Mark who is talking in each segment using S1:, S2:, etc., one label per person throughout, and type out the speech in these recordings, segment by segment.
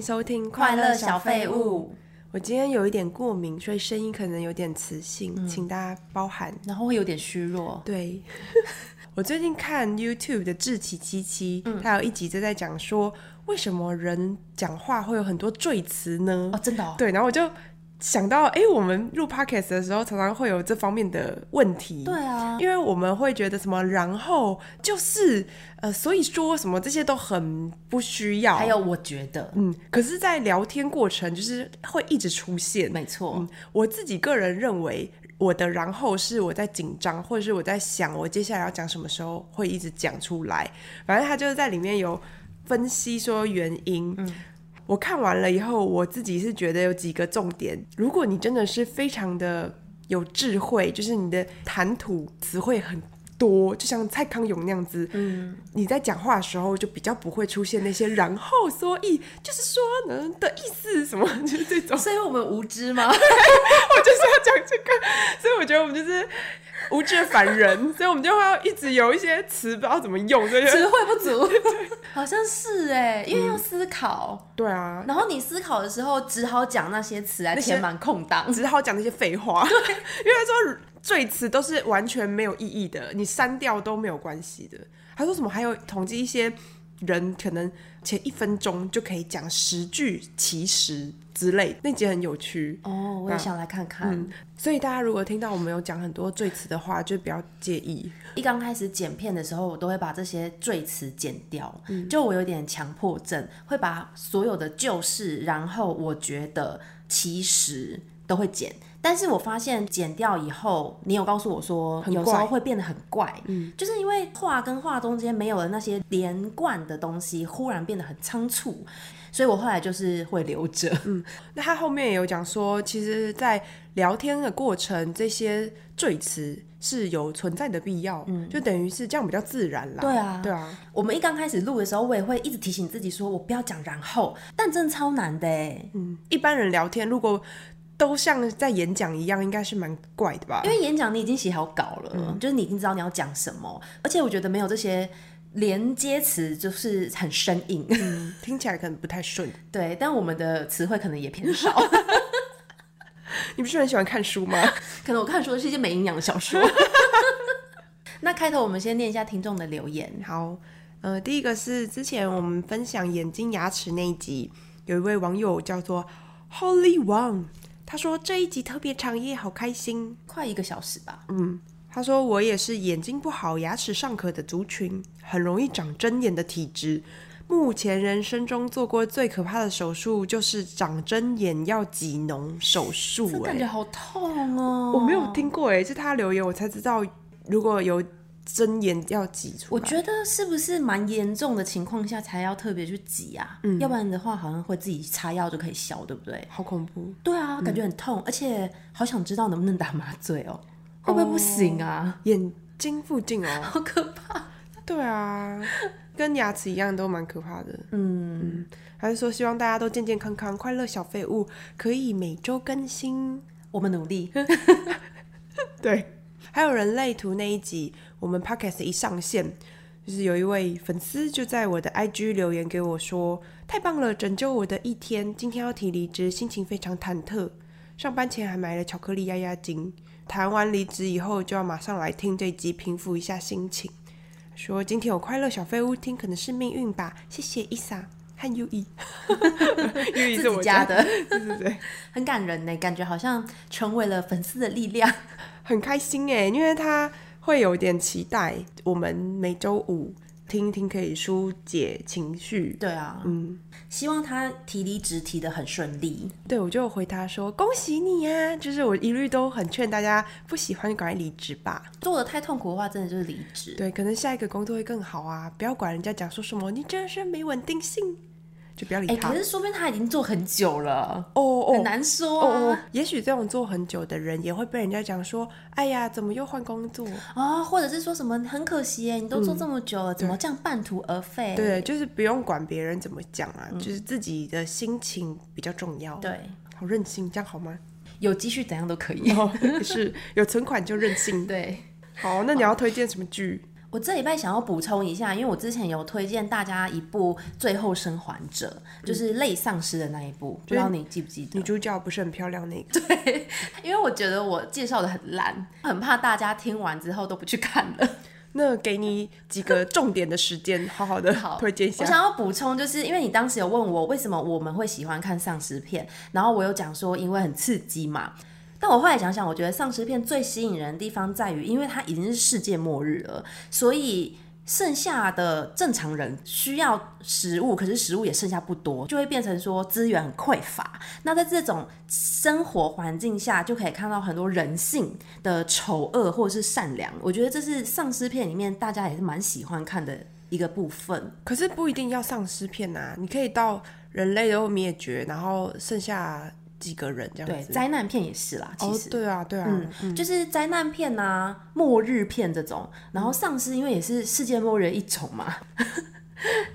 S1: 收听《
S2: 快乐小废物》。
S1: 我今天有一点过敏，所以声音可能有点磁性，
S2: 嗯
S1: 请大家包涵。
S2: 然后会有点虚弱。
S1: 对，我最近看 YouTube 的志奇七七，
S2: 嗯
S1: 他有一集就在讲说，为什么人讲话会有很多赘词呢？
S2: 哦，真的哦。
S1: 对，然后我就想到，哎、我们录 Podcast 的时候常常会有这方面的问题。
S2: 对啊，
S1: 因为我们会觉得什么，然后就是呃，所以说什么这些都很不需要。
S2: 还有我觉得，
S1: 嗯，可是，在聊天过程就是会一直出现。
S2: 没错，
S1: 我自己个人认为，我的然后是我在紧张，或者是我在想我接下来要讲什么时候会一直讲出来。反正他就是在里面有分析说原因。我看完了以后，我自己是觉得有几个重点。如果你真的是非常的有智慧，就是你的谈吐词汇很。多就像蔡康永那样子，嗯，你在讲话的时候就比较不会出现那些然后所以就是说呢的意思什么， 就是这种。
S2: 所以我们无知吗？
S1: 我就是要讲这个，所以我觉得我们就是无知的凡人，所以我们就会要一直有一些词不知道怎么用，所以就
S2: 词汇不足， 好像是哎，因为要思考，
S1: 对啊，
S2: 然后你思考的时候只好讲那些词来
S1: 些
S2: 填满空档。
S1: 只好讲那些废话， 因为他说赘词都是完全没有意义的，你删掉都没有关系的。他说什么还有统计一些人可能前一分钟就可以讲十句其实之类，那节很有趣。
S2: 哦，我也想来看看。
S1: 所以大家如果听到我们有讲很多赘词的话，就不要介意。
S2: 一刚开始剪片的时候，我都会把这些赘词剪掉。
S1: 嗯
S2: 就我有点强迫症，会把所有的就是，然后我觉得其实都会剪。但是我发现剪掉以后，你有告诉我说，
S1: 很怪嗯
S2: 有时候会变得很怪，就是因为话跟话中间没有了那些连贯的东西，忽然变得很仓促，所以我后来就是会留着。
S1: 那他后面也有讲说，其实，在聊天的过程，这些赘词是有存在的必要，就等于是这样比较自然啦。
S2: 对啊
S1: 嗯对啊，
S2: 我们一刚开始录的时候，我也会一直提醒自己说，我不要讲然后，但真的超难的哎。
S1: 嗯，一般人聊天如果都像在演讲一样，应该是蛮怪的吧
S2: 因？为演讲你已经写好稿了，
S1: 嗯
S2: 就是你已经知道你要讲什么，而且我觉得没有这些连接词就是很生硬，
S1: 嗯听起来可能不太顺。
S2: 对。但我们的词汇可能也偏少，
S1: 你不是很喜欢看书吗？
S2: 可能我看说的是一些没营养的小说。 那开头我们先念一下听众的留言，
S1: 好，呃，第一个是之前我们分享眼睛牙齿那一集，有一位网友叫做 Holy One，他说这一集特别长夜，好开心。
S2: 快一个小时吧。
S1: 他说：“我也是眼睛不好、牙齿尚可的族群，很容易长针眼的体质。目前人生中做过最可怕的手术就是长针眼要挤脓手术、
S2: 这感
S1: 哎，
S2: 觉好痛哦！
S1: 我没有听过、哎，是他留言我才知道，如果有针眼要挤出
S2: 我
S1: 来，
S2: 觉得是不是蛮严重的情况下才要特别去挤啊？
S1: 嗯
S2: 要不然的话好像会自己擦药就可以消，对不对？
S1: 好恐怖。
S2: 对啊，感觉很痛，而且好想知道能不能打麻醉哦，会不会不行啊？
S1: 眼睛附近哦，
S2: 好可怕！
S1: 对啊，跟牙齿一样都蛮可怕的。嗯，还是说希望大家都健健康康、快乐小废物，可以每周更新。”
S2: 我们努力，
S1: 对，还有人类图那一集，我们 podcast 一上线，就是有一位粉丝就在我的 IG 留言给我说：“太棒了，拯救我的一天！今天要提离职，心情非常忐忑。上班前还买了巧克力压压惊。谈完离职以后，就要马上来听这集，平复一下心情。说今天有快乐小废物听，可能是命运吧。谢谢伊莎和 U E，U
S2: 自
S1: E 是
S2: 己
S1: 我
S2: 家的，
S1: 对对对。
S2: 很感人呢，感觉好像成为了粉丝的力量。
S1: 很开心哎，因为他会有点期待我们每周五听一听，可以疏解情绪。
S2: 对啊，
S1: 嗯，
S2: 希望他提离职提的很顺利。
S1: 对，我就回他说：“恭喜你呀、就是我一律都很劝大家，不喜欢就赶快离职吧。
S2: 做的太痛苦的话，真的就是离职。
S1: 对，可能下一个工作会更好啊，不要管人家讲说什么，你真是没稳定性，就不要理
S2: 哎、
S1: 他。
S2: 可是说明他已经做很久了，
S1: 哦哦，
S2: 很难说
S1: 哦
S2: 啊
S1: 哦。，也许这种做很久的人也会被人家讲说：“哎呀，怎么又换工作？”
S2: 哦或者是说什么很可惜耶，你都做这么久了，怎么这样半途而废？
S1: 对，就是不用管别人怎么讲啊，就是自己的心情比较重要。
S2: 嗯对，
S1: 好任性，这样好吗？
S2: 有积蓄怎样都可以。
S1: 哦，是有存款就任性。
S2: 对，
S1: 好，那你要推荐什么剧？
S2: 我这礼拜想要补充一下，因为我之前有推荐大家一部《最后生还者》，就是类丧尸的那一部，不知道你记不记得
S1: 女？主角不是很漂亮那个，
S2: 因为我觉得我介绍的很烂，很怕大家听完之后都不去看了。
S1: 那给你几个重点的时间，好好的
S2: 好
S1: 推荐一
S2: 我
S1: 下。
S2: 想要补充，就是因为你当时有问我为什么我们会喜欢看丧尸片，然后我有讲说因为很刺激嘛。但我后来想想，我觉得丧尸片最吸引人的地方在于，因为它已经是世界末日了，所以剩下的正常人需要食物，可是食物也剩下不多，就会变成说资源很匮乏。那在这种生活环境下，就可以看到很多人性的丑恶或者是善良。我觉得这是丧尸片里面大家也是蛮喜欢看的一个部分。
S1: 可是不一定要丧尸片啊，你可以到人类都灭绝，然后剩下几个人这样
S2: 对，
S1: 子。
S2: 灾难片也是啦，其
S1: 哦
S2: 实，。
S1: 对啊，对啊，
S2: 嗯，就是灾难片啊、末日片这种，然后丧尸因为也是世界末日一种嘛，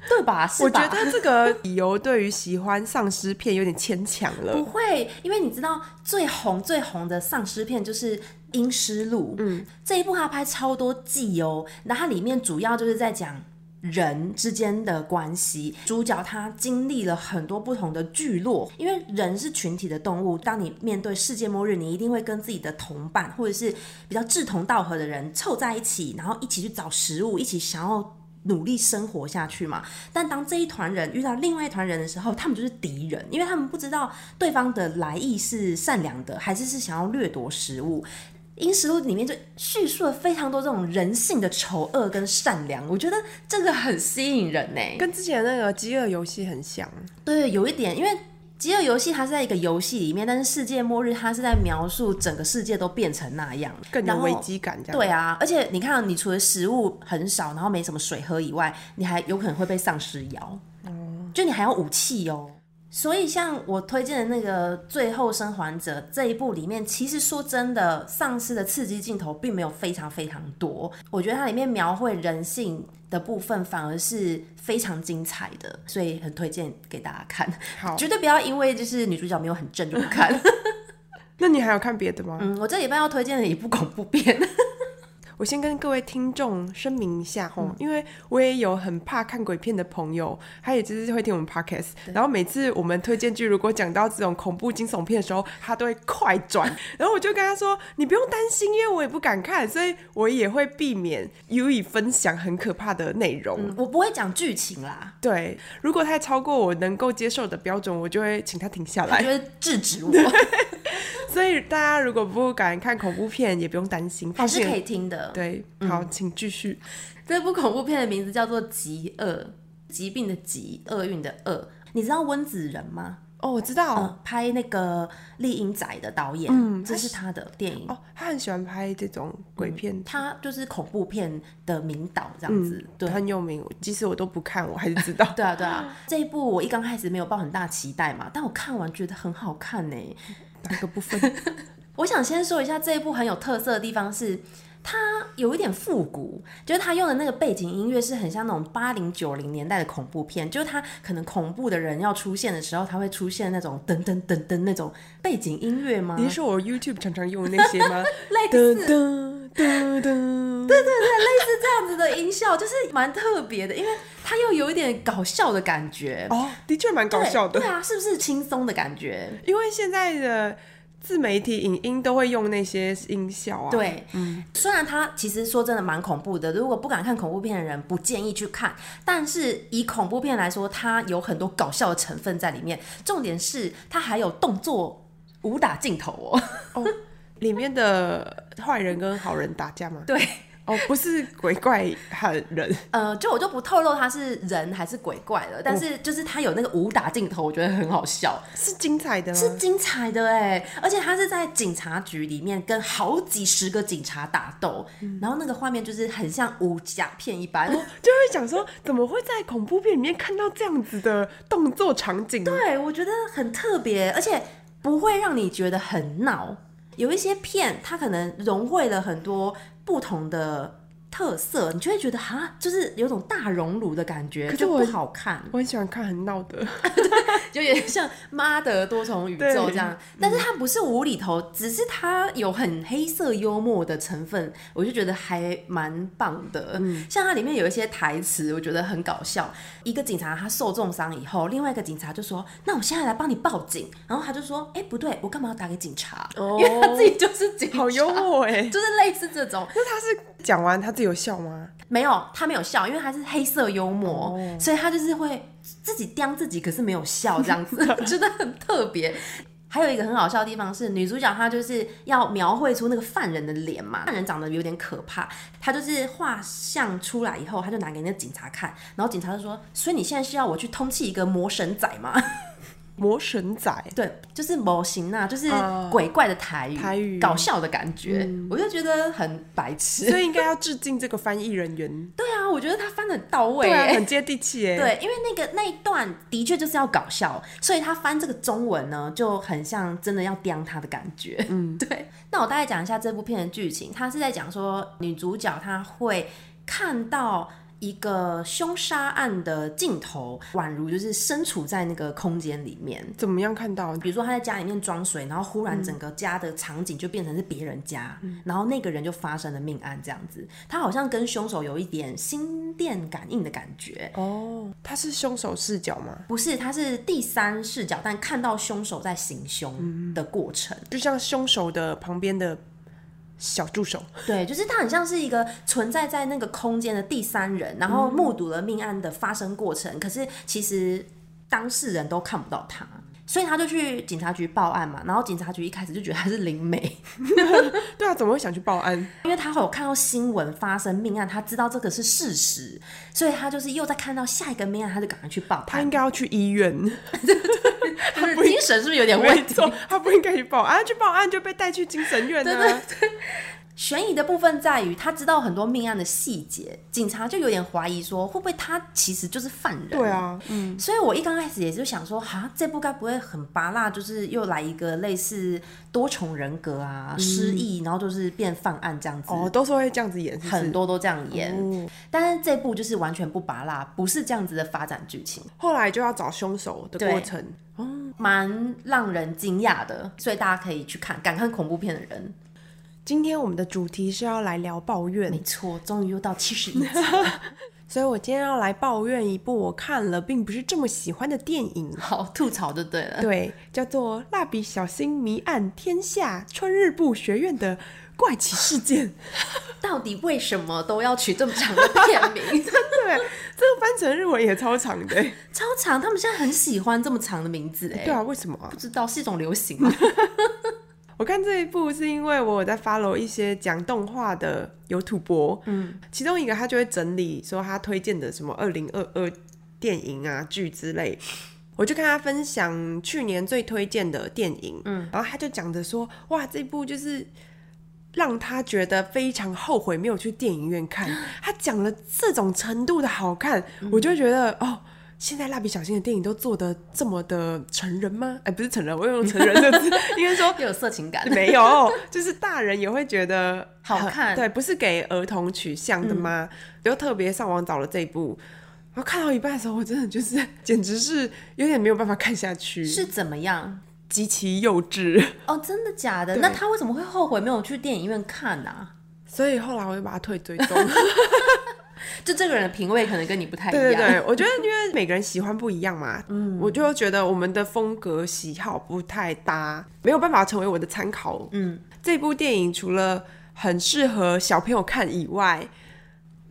S2: 对吧？是
S1: 我
S2: 吧
S1: 觉得这个理由对于喜欢丧尸片有点牵强
S2: 不
S1: 了。
S2: 会，因为你知道最红最红的丧尸片就是《阴尸路》，嗯，这一部它拍超多季哦，那它里面主要就是在讲。人之间的关系，主角他经历了很多不同的聚落，因为人是群体的动物。当你面对世界末日，你一定会跟自己的同伴或者是比较志同道合的人凑在一起，然后一起去找食物，一起想要努力生活下去嘛。但当这一团人遇到另外一团人的时候，他们就是敌人，因为他们不知道对方的来意是善良的，还是是想要掠夺食物。《英食录》里面就叙述了非常多这种人性的丑恶跟善良，我觉得这个很吸引人呢、
S1: 跟之前那个《饥饿游戏》很像，
S2: 对，有一点，因为饥饿游戏它是在一个游戏里面，但是世界末日它是在描述整个世界都变成那样，
S1: 更有
S2: 然后
S1: 危机感这样。
S2: 对啊，而且你看，你除了食物很少，然后没什么水喝以外，你还有可能会被丧尸咬。
S1: 嗯
S2: 就你还有武器哦。所以像我推荐的那个《最后生还者》这一部里面，其实说真的，丧尸的刺激镜头并没有非常非常多。我觉得它里面描绘人性的部分反而是非常精彩的，所以很推荐给大家看。
S1: 好
S2: 绝对不要因为就是女主角没有很正就不看。
S1: 那你还有看别的吗？
S2: 嗯，我这礼拜要推荐的一部恐怖片。
S1: 我先跟各位听众声明一下吼，
S2: 嗯
S1: 因为我也有很怕看鬼片的朋友，他也就是会听我们 podcast，然后每次我们推荐剧，如果讲到这种恐怖惊悚片的时候，他都会快转， 然后我就跟他说：“你不用担心，因为我也不敢看，所以我也会避免予以分享很可怕的内容。
S2: 嗯我不会讲剧情啦，
S1: 对，如果太超过我能够接受的标准，我就会请他停下
S2: 他
S1: 来
S2: 就。会制止我，
S1: 所以大家如果不敢看恐怖片，也不用担心，
S2: 还
S1: 放
S2: 是
S1: 心
S2: 可。以听的。
S1: 对，好，
S2: 嗯
S1: 请继续。
S2: 这部恐怖片的名字叫做《极恶》，疾病的疾，厄运的厄。你知道温子仁吗？
S1: 哦，我知道。
S2: 嗯，拍那个《丽英仔》的导演，这是他的电影。
S1: 哦，他很喜欢拍这种
S2: 嗯
S1: 鬼片，
S2: 他就是恐怖片的名导这样子，嗯对。
S1: 很有名。即使我都不看，我还是知道
S2: 对啊对啊。这一部我一刚开始没有抱很大期待嘛，但我看完觉得很好看呢、欸
S1: 哪个部分？
S2: 我想先说一下这一部很有特色的地方是。它有一点复古，就是它用的那个背景音乐是很像那种八零九零年代的恐怖片，就是它可能恐怖的人要出现的时候，它会出现那种噔噔噔噔那种背景音乐吗？
S1: 你是说我 YouTube 常常用的那些吗？
S2: 类
S1: 噔
S2: 似
S1: 噔噔噔，对对，
S2: 这样子的音效，就是蛮特别的，因为它又有一点搞笑的感觉，
S1: 哦，的确蛮搞
S2: 对
S1: 笑的
S2: 对。啊，是不是轻松的感觉？
S1: 因为现在的自媒体影音都会用那些音效啊。，
S2: 对，虽然它其实说真的蛮恐怖的，如果不敢看恐怖片的人不建议去看，但是以恐怖片来说，它有很多搞笑的成分在里面，重点是它还有动作武打镜头哦。
S1: 里面的坏人跟好人打架吗？
S2: 对，
S1: 哦，不是鬼怪喊 人，
S2: 呃，就我就不透露它是人还是鬼怪了，但是就是它有那个武打镜头，我觉得很好笑，
S1: 是精彩的吗？
S2: 是精彩的哎，而且它是在警察局里面跟好几十个警察打斗，然后那个画面就是很像武侠片一般。
S1: 就会想说，怎么会在恐怖片里面看到这样子的动作场景？对，
S2: 对，我觉得很特别，而且不会让你觉得很闹。有一些片，它可能融汇了很多不同的特色，你就会觉得哈，就是有种大熔炉的感觉，
S1: 可是
S2: 就
S1: 我
S2: 不好看，
S1: 我很喜欢看很闹 的，
S2: 就有点像妈的多重宇宙
S1: 对
S2: 这样。但是它不是无厘头，只是它有很黑色幽默的成分，我就觉得还蛮棒的。
S1: 嗯
S2: 像它里面有一些台词，我觉得很搞笑。一个警察他受重伤以后，另外一个警察就说：“那我现在来帮你报警。”然后他就说：“哎、不对，我干嘛要打给警察？
S1: 哦
S2: 因为他自己就是警察。”
S1: 好幽，默哎、
S2: 就是类似这种。
S1: 那他是讲完他自己有笑 吗？
S2: 没有，他没有笑，因为他是黑色幽默，
S1: 哦
S2: 所以他就是会自己刁自己，可是没有笑这样子， 我觉得很特别。还有一个很好笑的地方是，女主角她就是要描绘出那个犯人的脸嘛，犯人长得有点可怕，她就是画像出来以后，她就拿给那个警察看，然后警察就说：“所以你现在是要我去通缉一个魔神仔吗？”
S1: 魔神仔，
S2: 对，就是模型啊，就是
S1: 哦
S2: 鬼怪的台语，
S1: 台语嗯
S2: 搞笑的感觉，我就觉得很白痴。
S1: 所以应该要致敬这个翻译人员，
S2: 对啊，我觉得他翻的到位、
S1: 对
S2: 欸，
S1: 啊，很接地气哎、
S2: 对，因为那个那一段的确就是要搞笑，所以他翻这个中文呢，就很像真的要刁他的感觉。嗯， 对。那我大概讲一下这部片的剧情，他是在讲说女主角她会看到。一个凶杀案的镜头，宛如就是身处在那个空间里面，
S1: 怎么样看到？
S2: 比如说他在家里面装水，然后忽然整个家的场景就变成是别人家，然后那个人就发生了命案这样子。他好像跟凶手有一点心电感应的感觉，
S1: 哦，他是凶手视角吗？
S2: 不是，他是第三视角，但看到凶手在行凶的过程。
S1: 就像凶手的旁边的小助手，
S2: 对，就是他很像是一个存在在那个空间的第三人，然后目睹了命案的发生过程，可是其实当事人都看不到他。所以他就去警察局报案嘛，然后警察局一开始就觉得他是灵媒，
S1: 对啊，怎么会想去报案？
S2: 因为他有看到新闻发生命案，他知道这个是事实，所以他就是又在看到下一个命案，他就赶快去报
S1: 他
S2: 案
S1: 应。该要去医院，
S2: 他的精神是不是有点 问
S1: 没
S2: 题？
S1: 错，他不应该去报案，他去报案就被带去精神院啊。
S2: 悬疑的部分在于他知道很多命案的细节，警察就有点怀疑说会不会他其实就是犯人。
S1: 对，啊，嗯，
S2: 所以我一刚开始也就想说，哈，这部该不会很拔辣，就是又来一个类似多重人格啊、失忆，然后就是变犯案这样子。
S1: 哦，都是会这样子演，是不是
S2: 很多都这样演，
S1: 哦
S2: 但是这部就是完全不拔辣，不是这样子的发展剧情，
S1: 后来就要找凶手的过程，
S2: 蛮让人惊讶的，所以大家可以去看，敢看恐怖片的人，
S1: 今天我们的主题是要来聊抱怨
S2: 没，错，终于又到七十一集，，
S1: 所以我今天要来抱怨一部我看了并不是这么喜欢的电影
S2: 好吐槽就对了。
S1: 对，叫做《蜡笔小新迷案天下春日部学院的怪奇事件》。
S2: 到底为什么都要取这么长的片名？
S1: 对，这个翻成日文也超长 的欸。
S2: 超长，他们现在很喜欢这么长的名字哎、
S1: 对啊，为什么啊
S2: 不？知道是一种流行 吗？
S1: 我看这一部是因为我有在 follow 一些讲动画的有土博，嗯，其中一个他就会整理说他推荐的什么二零二二电影啊剧之类。我就看他分享去年最推荐的电影，嗯，然后他就讲着说，哇，这部就是让他觉得非常后悔没有去电影院看。他讲了这种程度的好看，我就觉得哦，现在蜡笔小新的电影都做的这么的成人吗？哎，不是成人，我用成人这个字，应该说
S2: 又有色情感，
S1: 没有，就是大人也会觉得
S2: 好
S1: 很
S2: 看嗯
S1: 对，不是给儿童取向的吗？就特别上网找了这一部，然后看到一半的时候，我真的就是 简直是有点没有办法看下去，
S2: 是怎么样？
S1: 极其幼稚。
S2: 哦，真的假的？那他为什么会后悔没有去电影院看啊？
S1: 所以后来我就把它退追踪。
S2: 就这个人的品味可能跟你不太一样。
S1: 对对对，我觉得因为每个人喜欢不一样嘛，嗯，我就觉得我们的风格喜好不太搭，没有办法成为我的参考。嗯，这部电影除了很适合小朋友看以外，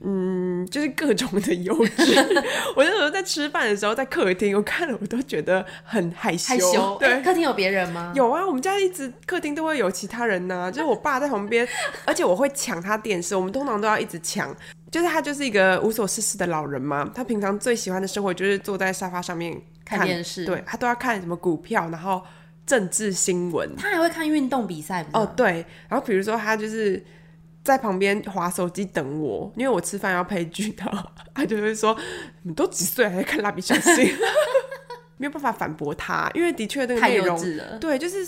S1: 嗯，就是各种的幼稚。 我那时候在吃饭的时候，在客厅，我看了我都觉得很害羞。
S2: 害羞。哎
S1: 对，
S2: 诶客厅有别人吗？
S1: 有啊，我们家一直客厅都会有其他人呐、就是我爸在旁边，而且我会抢他电视，我们通常都要一直抢。就是他就是一个无所事事的老人嘛，他平常最喜欢的生活就是坐在沙发上面
S2: 看电视
S1: 对他都要看什么股票，然后政治新闻。
S2: 他还会看运动比赛
S1: 哦
S2: 哦，，
S1: 对，然后比如说他就是在旁边划手机等我，因为我吃饭要配剧 然后他就会说：“你都几岁了还在看蜡笔小新？” 没有办法反驳他，因为的确那个
S2: 太
S1: 内
S2: 幼
S1: 容
S2: 稚了。
S1: 对，就是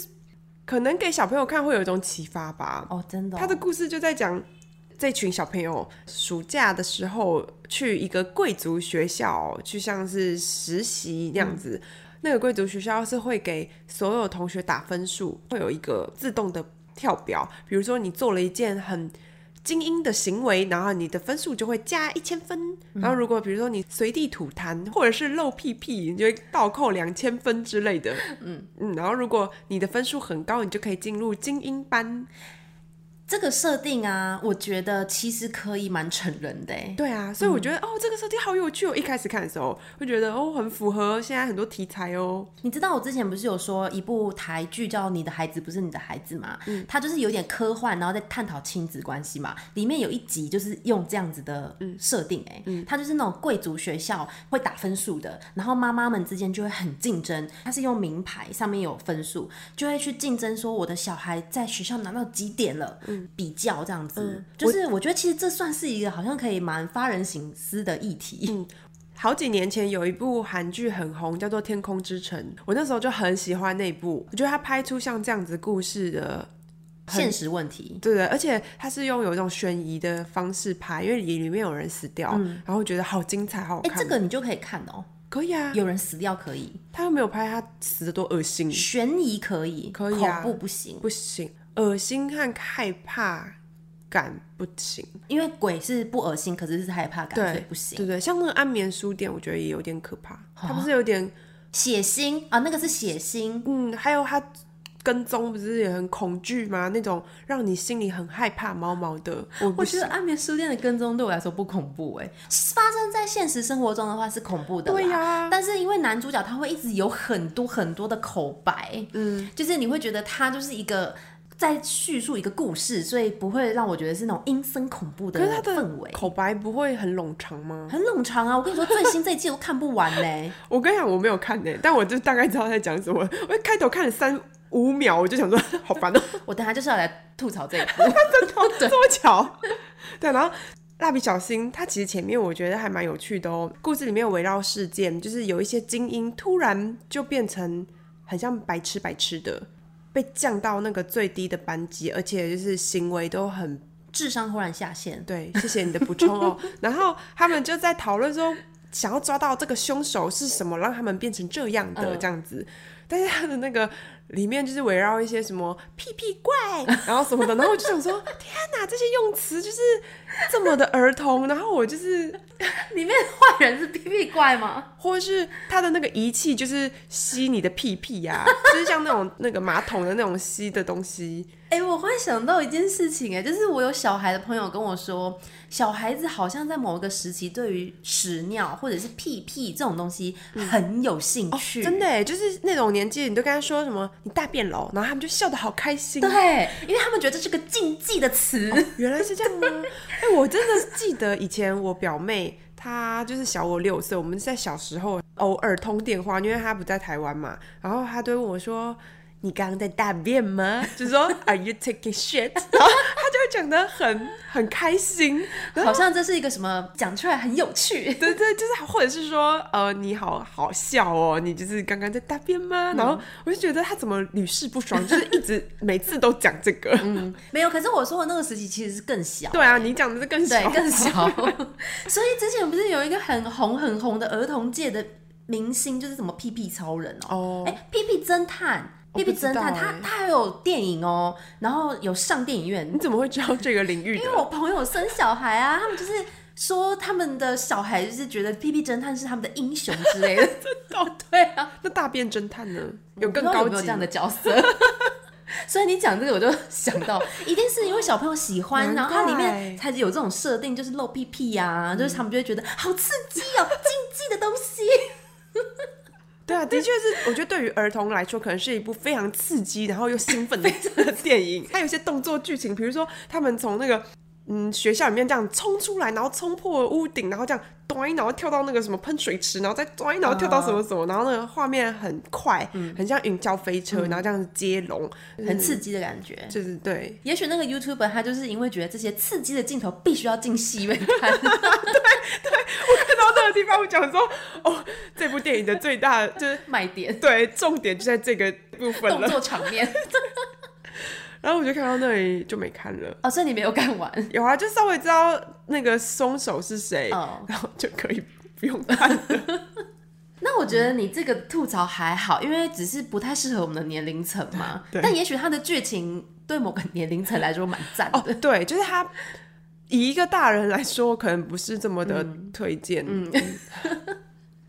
S1: 可能给小朋友看会有一种启发吧。
S2: 哦，真的哦、
S1: 他的故事就在讲这群小朋友暑假的时候去一个贵族学校，去像是实习那样子。
S2: 嗯
S1: 那个贵族学校是会给所有同学打分数，会有一个自动的跳表，比如说你做了一件很精英的行为，然后你的分数就会加一千分。
S2: 嗯
S1: 然后如果比如说你随地吐痰或者是露屁屁，你就会倒扣两千分之类的。嗯嗯，然后如果你的分数很高，你就可以进入精英班。
S2: 这个设定啊，我觉得其实可以蛮成人的欸。
S1: 对啊，所以我觉得、哦，这个设定好有趣哦。一开始看的时候，会觉得哦，很符合现在很多题材哦。
S2: 你知道我之前不是有说一部台剧叫《你的孩子不是你的孩子》吗？
S1: 嗯
S2: 它就是有点科幻，然后在探讨亲子关系嘛。里面有一集就是用这样子的
S1: 嗯
S2: 设定、欸，哎、它就是那种贵族学校会打分数的，然后妈妈们之间就会很竞争。它是用名牌上面有分数，就会去竞争说我的小孩在学校拿到几点了，
S1: 嗯
S2: 比较这样子。就是我觉得其实这算是一个好像可以蛮发人省思的议题。
S1: 嗯 好几年前有一部韩剧很红，叫做《天空之城》，我那时候就很喜欢那一部，我觉得它拍出像这样子故事的
S2: 现实问题，
S1: 对的，而且它是用有一种悬疑的方式拍，因为里里面有人死掉，然后觉得好精彩，好好
S2: 嗯哎、
S1: 看。
S2: 这个你就可以看哦、
S1: 可以啊，
S2: 有人死掉可以，
S1: 他又没有拍他死的多恶心，
S2: 悬疑可以，
S1: 可以啊
S2: 恐怖不行，
S1: 不行，恶心和害怕感不行。
S2: 因为鬼是不恶心，可是是害怕感，所以
S1: 对，
S2: 不行。
S1: 对对，像那个安眠书店，我觉得也有点可怕。它不是有点，
S2: 血腥啊，那个是血腥，
S1: 嗯，还有它跟踪不是也很恐惧吗？那种让你心里很害怕、毛毛的，我不
S2: 我觉得安眠书店的跟踪对我来说不恐怖哎、发生在现实生活中的话是恐怖的啦。
S1: 对呀
S2: 但是因为男主角他会一直有很多很多的口白，嗯，就是你会觉得他就是一个。在叙述一个故事，所以不会让我觉得是那种阴森恐怖的
S1: 可是它
S2: 氛
S1: 的
S2: 围，
S1: 口白不会很冗长吗？
S2: 很冗长啊！我跟你说，最新这一季都看不完呢、
S1: 我跟你讲，我没有看呢、但我就大概知道他在讲什么。我一开头看了三五秒，我就想说 好烦哦、
S2: 我等下就是要来吐槽这一部，
S1: 这么巧。对，然后蜡笔小新，它其实前面我觉得还蛮有趣的哦。故事里面围绕事件，就是有一些精英突然就变成很像白痴白痴的，被降到那个最低的班级，而且就是行为都很
S2: 智商忽然下线。
S1: 对。谢谢你的补充哦。然后他们就在讨论说。想要抓到这个凶手是什么，让他们变成这样的、这样子，但是他的那个里面就是围绕一些什么屁屁怪，然后什么的，然后我就想说，天哪，这些用词就是这么的儿童，然后我就是，
S2: 里面坏人是屁屁怪吗？
S1: 或者是他的那个仪器就是吸你的屁屁呀、就是像那种那个马桶的那种吸的东西，
S2: 哎、我忽然想到一件事情、哎，就是我有小孩的朋友跟我说，小孩子好像在某一个时期对于屎尿或者是屁屁这种东西很有兴趣，
S1: 真的。耶就是那种年纪，你都跟他说什么你大便喽，然后他们就笑得好开心，啊
S2: 对，因为他们觉得这是个禁忌的词，
S1: 原来是这样 吗？哎、我真的记得以前我表妹，她就是小我六岁，我们在小时候偶尔通电话，因为她不在台湾嘛，然后她都会问我说：“你刚刚在大便 吗？”就说 “Are you taking shit？” 然后她就会讲得很很开心，
S2: 好像这是一个什么讲出来很有趣。
S1: 对对，就是或者是说，呃，你好好笑哦，你就是刚刚在大便
S2: 嗯
S1: 吗？然后我就觉得她怎么屡试不爽，就是一直每次都讲这个。
S2: 没有，可是我说的那个时期其实是更小。
S1: 对啊，你讲的是更
S2: 对
S1: 小，，
S2: 更小。 所以之前不是有一个很红很红的儿童界的明星，就是什么屁屁超人 哦
S1: 哦，
S2: 哎、屁屁侦探，屁屁
S1: 不知
S2: 侦探，
S1: 道
S2: 他
S1: 哎
S2: 他还有电影哦，然后有上电影院
S1: 你，怎么会知道这个领域的？
S2: 因为我朋友生小孩啊，他们就是。说他们的小孩就是觉得屁屁侦探是他们的英雄之 类的， 对啊，
S1: 那大便侦探呢？哦有
S2: 不
S1: 更
S2: 知道
S1: 高
S2: 有
S1: 级
S2: 没有这
S1: 吗
S2: 样的角色？ 所以你讲这个，我就想 到，一定是因为小朋友喜欢，
S1: 难
S2: 然后它里
S1: 怪嗯
S2: 面才有这种设定，就是露屁屁呀、就是他们就会觉得好刺激哦， 禁忌的东西。
S1: 对啊，的确是，我觉得对于儿童来说，可能是一部非常刺激，然后又兴奋的 电影。它有一些动作剧情，比如说他们从那个嗯学校里面这样冲出来，然后冲破屋顶，然后这样咚，然后跳到那个什么喷水池，然后再咚，然后跳到什么
S2: 啊
S1: 什么，然后那个画面很快，
S2: 嗯
S1: 很像云霄飞车，然后这样子接龙，
S2: 很刺激的感觉。
S1: 就是对。
S2: 也许那个 YouTuber 他就是因为觉得这些刺激的镜头必须要进戏 院看，
S1: 看到那个地方，我讲说，哦，这部电影的最大就是
S2: 卖点、
S1: 对重点就在这个部分
S2: 动
S1: 了。
S2: 作场面。
S1: 然后我就看到那里就没看了。
S2: 哦，所以你没有看完。
S1: 有啊，就稍微知道那个凶手是谁，
S2: 哦
S1: 然后就可以不用看了。
S2: 那我觉得你这个吐槽还好，因为只是不太适合我们的年龄层嘛。
S1: 对
S2: 但也许它的剧情对某个年龄层来说蛮赞的。
S1: 哦， 对，就是他以一个大人来说，可能不是这么的推荐。嗯，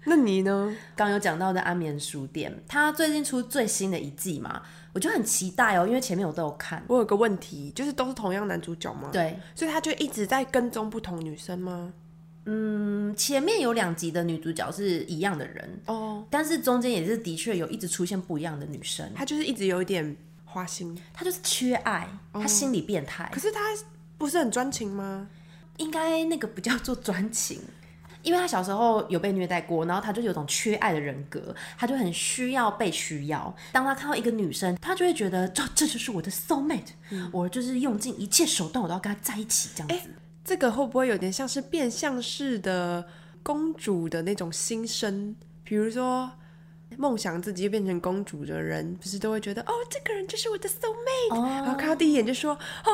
S1: 那你呢？
S2: 刚有讲到的《安眠书店》，它最近出最新的一季嘛，我就很期待哦，因为前面我都有看。
S1: 我有个问题，就是都是同样男主角吗？，
S2: 对，
S1: 所以他就一直在跟踪不同女生吗？
S2: 嗯，前面有两集的女主角是一样的人，
S1: 哦，
S2: 但是中间也是的确有一直出现不一样的女生，
S1: 他就是一直有一点花心，
S2: 她就是缺爱，她心理变态，
S1: 可是他不是很专情吗？
S2: 应该那个不叫做专情。 因为她小时候有被虐待过，然后她就有种缺爱的人格，她就很需要被需要。当她看到一个女生，她就会觉得，这这就是我的 soul mate，、我就是用尽一切手段，我都要跟她在一起这样子。
S1: 这个会不会有点像是变相式的公主的那种心声？比如说，梦想自己变成公主的人，不是都会觉得哦，这个人就是我的 soul mate，、然后看到第一眼就说哦，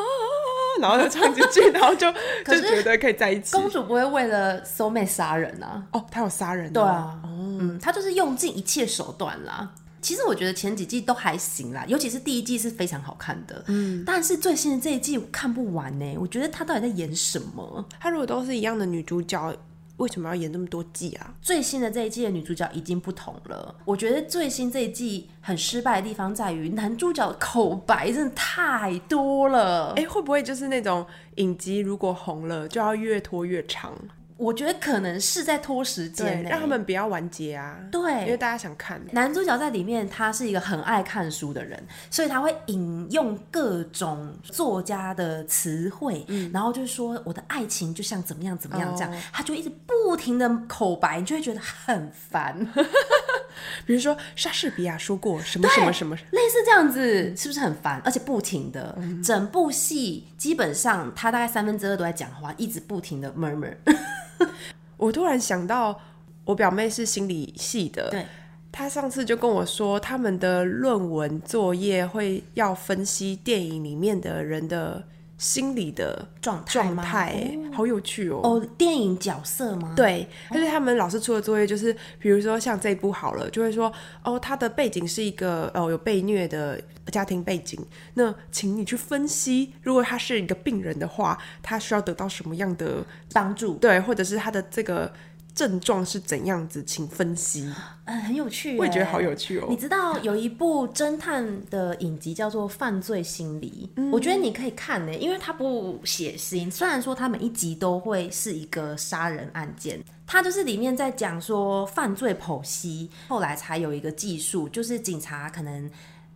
S1: 然后就唱几句，然后就就觉得可以在一起。
S2: 公主不会为了 soul mate 杀人啊，
S1: 哦，他有杀人、
S2: 对，啊，
S1: 哦
S2: 嗯，她就是用尽一切手段啦。其实我觉得前几季都还行啦，尤其是第一季是非常好看的，嗯，但是最新的这一季我看不完呢、欸我觉得她到底在演什么？
S1: 他如果都是一样的女主角，为什么要演这么多季啊？
S2: 最新的这一季的女主角已经不同了。我觉得最新这一季很失败的地方在于男主角口白真的太多了。
S1: 哎、会不会就是那种影集如果红了，就要越拖越长？
S2: 我觉得可能是在拖时间、
S1: 对，
S2: 呢，
S1: 让他们不要完结啊。因为
S2: 对。
S1: 大家想看。
S2: 男主角在里面，他是一个很爱看书的人，所以他会引用各种作家的词汇，然后就说我的爱情就像怎么样怎么样这样，
S1: 嗯哦
S2: 他就一直不停的口白，你就会觉得很 烦，
S1: 比如说莎士比亚说过什么什么什么，
S2: 类似这样子，是不是很烦？而且不停的，
S1: 嗯
S2: 整部戏基本上他大概三分之二都在讲话，一直不停的 murmur。
S1: 我突然想到，我表妹是心理系的，
S2: 对，
S1: 她上次就跟我说，他们的论文作业会要分析电影里面的人的心理的
S2: 状态
S1: 状
S2: 吗
S1: 态、欸，好有趣哦。
S2: 哦，电影角色吗？
S1: 对，但是他们老师出的作业就是，比如说像这一部好了，就会说哦，他的背景是一个哦有被虐的家庭背景，那请你去分析，如果他是一个病人的话，他需要得到什么样的
S2: 帮助，
S1: 对，或者是他的这个症状是怎样子，请分析。
S2: 嗯，很有趣、
S1: 我也觉得好
S2: 趣。
S1: 有趣
S2: 你
S1: 哦。
S2: 知道有一部侦探的影集叫做《犯罪心理》，我觉得你可以看呢、因为它不血腥。虽然说它每一集都会是一个杀人案件，它就是里面在讲说犯罪剖析，后来才有一个技术，就是警察可能。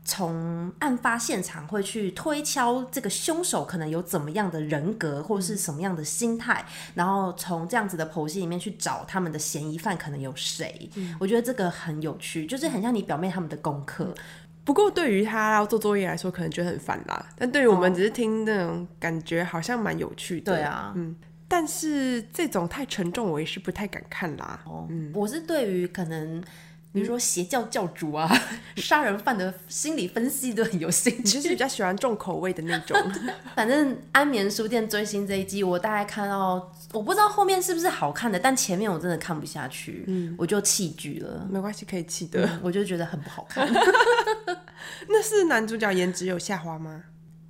S2: 从案发现场会去推敲这个凶手可能有怎么样的人格或是什么样的心态，然后从这样子的剖析里面去找他们的嫌疑犯可能有谁。我觉得这个很有趣，就是很像你表妹他们的功课。
S1: 不过对于他要做作业来说，可能觉得很烦啦。但对于我们只是听那种感觉，好像蛮有趣的。
S2: 对，啊，
S1: 但是这种太沉重，我也是不太敢看啦。
S2: 嗯我是对于可能。比如说邪教教主 啊，杀人犯的心理分析都很有兴
S1: 你就是
S2: 趣。
S1: 比较喜欢重口味的那 种，
S2: 反正《安眠书店》最新这一季，我大概看到，我不知道后面是不是好看的，但前面我真的看不下去，我就弃剧了。
S1: 没关系，可以弃的。
S2: 嗯 我就觉得很不好看，
S1: 那是男主角颜值有下滑吗？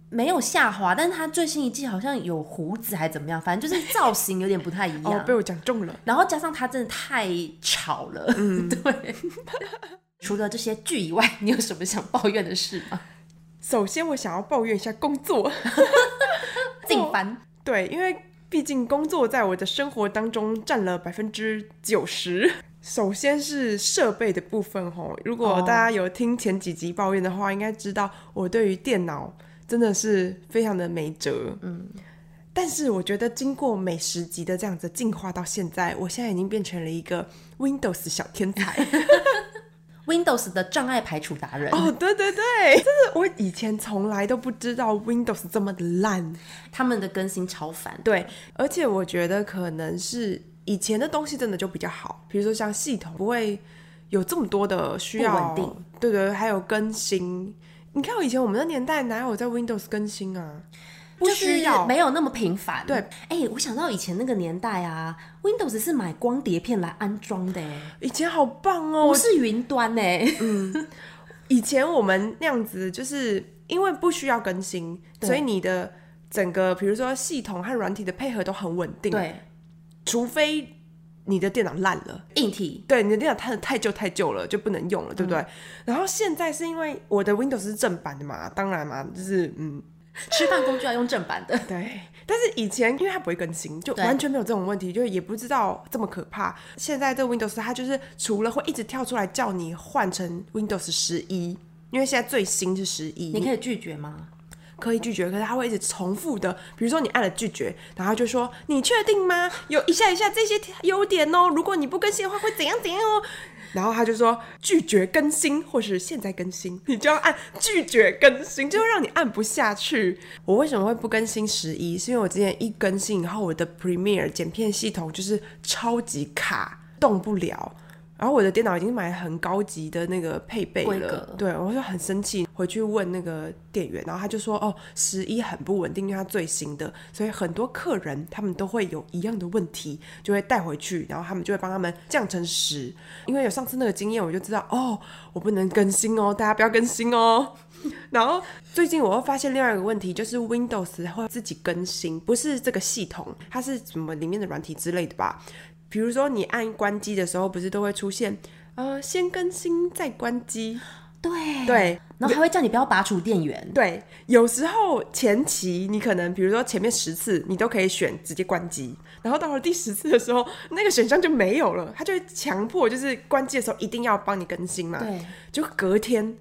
S2: 没有下滑，但是他最新一季好像有胡子还怎么样，反正就是造型有点不太一样。
S1: 哦，被我讲中了。
S2: 然后加上他真的太吵了， 对。除了这些剧以外，你有什么想抱怨的事吗？
S1: 首先，我想要抱怨一下工作。哦
S2: 静凡，
S1: 对，因为毕竟工作在我的生活当中占了百分之九十。首先是设备的部分吼，如果大家有听前几集抱怨的话，应该知道我对于电脑真的是非常的没辙。嗯，但是我觉得经过每十集的这样子进化到现在，我现在已经变成了一个 Windows 小天才。
S2: Windows 的障碍排除达人，
S1: 哦，对对对， 真的，我以前从来都不知道 Windows 这么的烂。
S2: 他们的更新超烦。
S1: 对，而且我觉得可能是以前的东西真的就比较好，比如说像系统不会有这么多的需要，
S2: 不稳定
S1: 对对，还有更新。你看我以前我们那年代哪有在 Windows 更新啊？不
S2: 就
S1: 需
S2: 是
S1: 要，
S2: 没有那么频繁。
S1: 对
S2: 哎、我想到以前那个年代啊，Windows 是买光碟片来安装的、哎
S1: 以前好棒哦！嗯
S2: 不
S1: 我
S2: 是云端呢、哎
S1: 以前我们那样子，就是因为不需要更新，
S2: 对
S1: 所以你的整个比如说系统和软体的配合都很稳定，
S2: 对，
S1: 除非你的电脑烂了。
S2: 硬体
S1: 对，你的电脑太太旧太旧了，就不能用了，对不对？
S2: 嗯
S1: 然后现在是因为我的 Windows 是正版的嘛，当然嘛，就是嗯，
S2: 吃饭工具要用正版的。
S1: 对。但是以前因为它不会更新，就
S2: 对
S1: 完全没有这种问题，就也不知道这么可怕。现在这 Windows 它就是除了会一直跳出来叫你换成 Windows 十一，因为现在最新是十一，
S2: 你可以拒绝吗？
S1: 可以拒绝，可是他会一直重复的，比如说你按了拒绝，然后他就说你确定吗？有一下一下这些优点哦，如果你不更新的话会怎样怎样哦。然后他就说拒绝更新，或是现在更新，你就要按拒绝更新，就会让你按不下去。我为什么会不更新十一？是因为我之前一更新以后，我的 Premiere 剪片系统就是超级卡，动不了。然后我的电脑已经买了很高级的那个配备
S2: 规
S1: 了
S2: 格，
S1: 对，我就很生气，回去问那个店员，然后他就说，哦，十一很不稳定，因为它最新的，所以很多客人他们都会有一样的问题，就会带回去，然后他们就会帮他们降成十，因为有上次那个经验，我就知道，哦，我不能更新哦，大家不要更新哦。 然后最近我又发现另外一个问题，就是 Windows 会自己更新，不是这个系统，它是什么里面的软体之类的吧？比如说你按关机的时候，不是都会出现呃先更新再关机？
S2: 对，
S1: 对
S2: 然后还会叫你不要拔除电源。
S1: 对，有时候前期你可能比如说前面十次你都可以选直接关机，然后到了第十次的时候，那个选项就没有了，它就会强迫就是关机的时候一定要帮你更新嘛。
S2: 对，
S1: 就隔天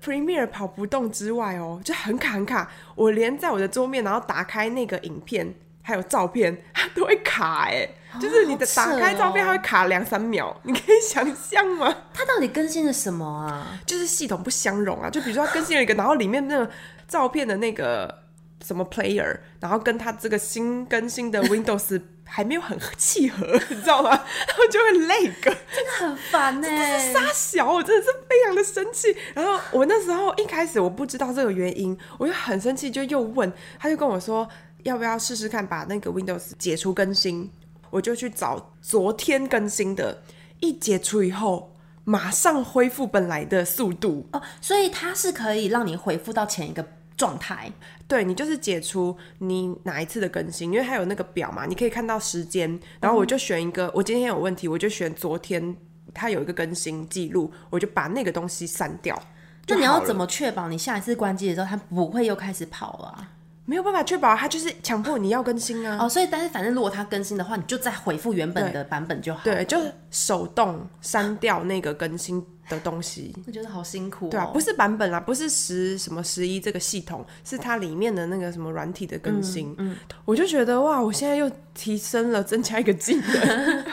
S1: Premiere 跑不动之外哦，就很卡很卡。我连在我的桌面，然后打开那个影片还有照片，它都会卡哎、就是你的
S2: 啊好
S1: 打
S2: 扯
S1: 开照片，
S2: 哦
S1: 它会卡两三秒，你可以想象吗？
S2: 它到底更新了什么啊？
S1: 就是系统不相容啊。就比如说它更新了一个，然后里面那个照片的那个什么 player，然后跟它这个新更新的 Windows 还没有很契合，你知道吗？然后就会累个。
S2: 很烦呢、
S1: 大小，我真的是非常的生气。然后我那时候一开始我不知道这个原因，我就很生气，就又问，他就跟我说要不要试试看把那个 Windows 解除更新，我就去找昨天更新的，一解除以后马上恢复本来的速度。
S2: 哦，所以它是可以让你回复到前一个状态。
S1: 对你就是解除你哪一次的更新，因为它有那个表嘛，你可以看到时间。然后我就选一个，我今天有问题，我就选昨天它有一个更新记录，我就把那个东西删掉。
S2: 那你
S1: 好
S2: 要
S1: 了
S2: 怎么确保你下一次关机的时候它不会又开始跑了啊？
S1: 没有办法确保，它就是强迫你要更新啊。
S2: 哦，所以但是反正如果它更新的话，你就再回复原本
S1: 对
S2: 的版本就好。
S1: 对，就是手动删掉那个更新的东西，
S2: 我觉得好辛苦、哦。
S1: 对啊，不是版本啦，不是十什么十一这个系统，是它里面的那个什么软体的更新。嗯，我就觉得哇，我现在又提升了，增加一个技能，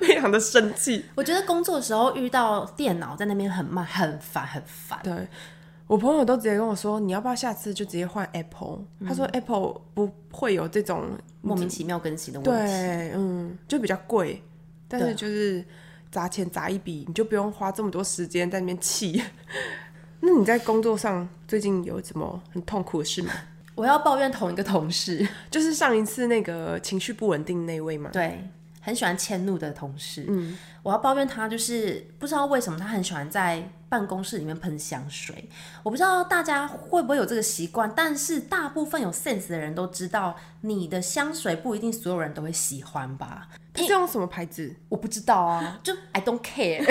S1: 非常的生气。
S2: 我觉得工作的时候遇到电脑在那边很慢，很烦，很烦。
S1: 对我朋友都直接跟我说，你要不要下次就直接换 Apple？、他
S2: 嗯
S1: 说 Apple 不会有这种
S2: 莫名其妙更新的问题。
S1: 对，嗯，就比较贵，但
S2: 对
S1: 是
S2: 啊
S1: 就是砸钱砸一笔，你就不用花这么多时间在那边气。 那你在工作上最近有什么很痛苦的事吗？
S2: 我要抱怨同一个同事，
S1: 就是上一次那个情绪不稳定那位吗？
S2: 对，很喜欢迁怒的同事。嗯，我要抱怨他，就是不知道为什么他很喜欢在办公室里面喷香水。我不知道大家会不会有这个习惯，但是大部分有 sense 的人都知道，你的香水不一定所有人都会喜欢吧？
S1: 他是用什么牌子？
S2: 我不知道啊， 就 I don't care。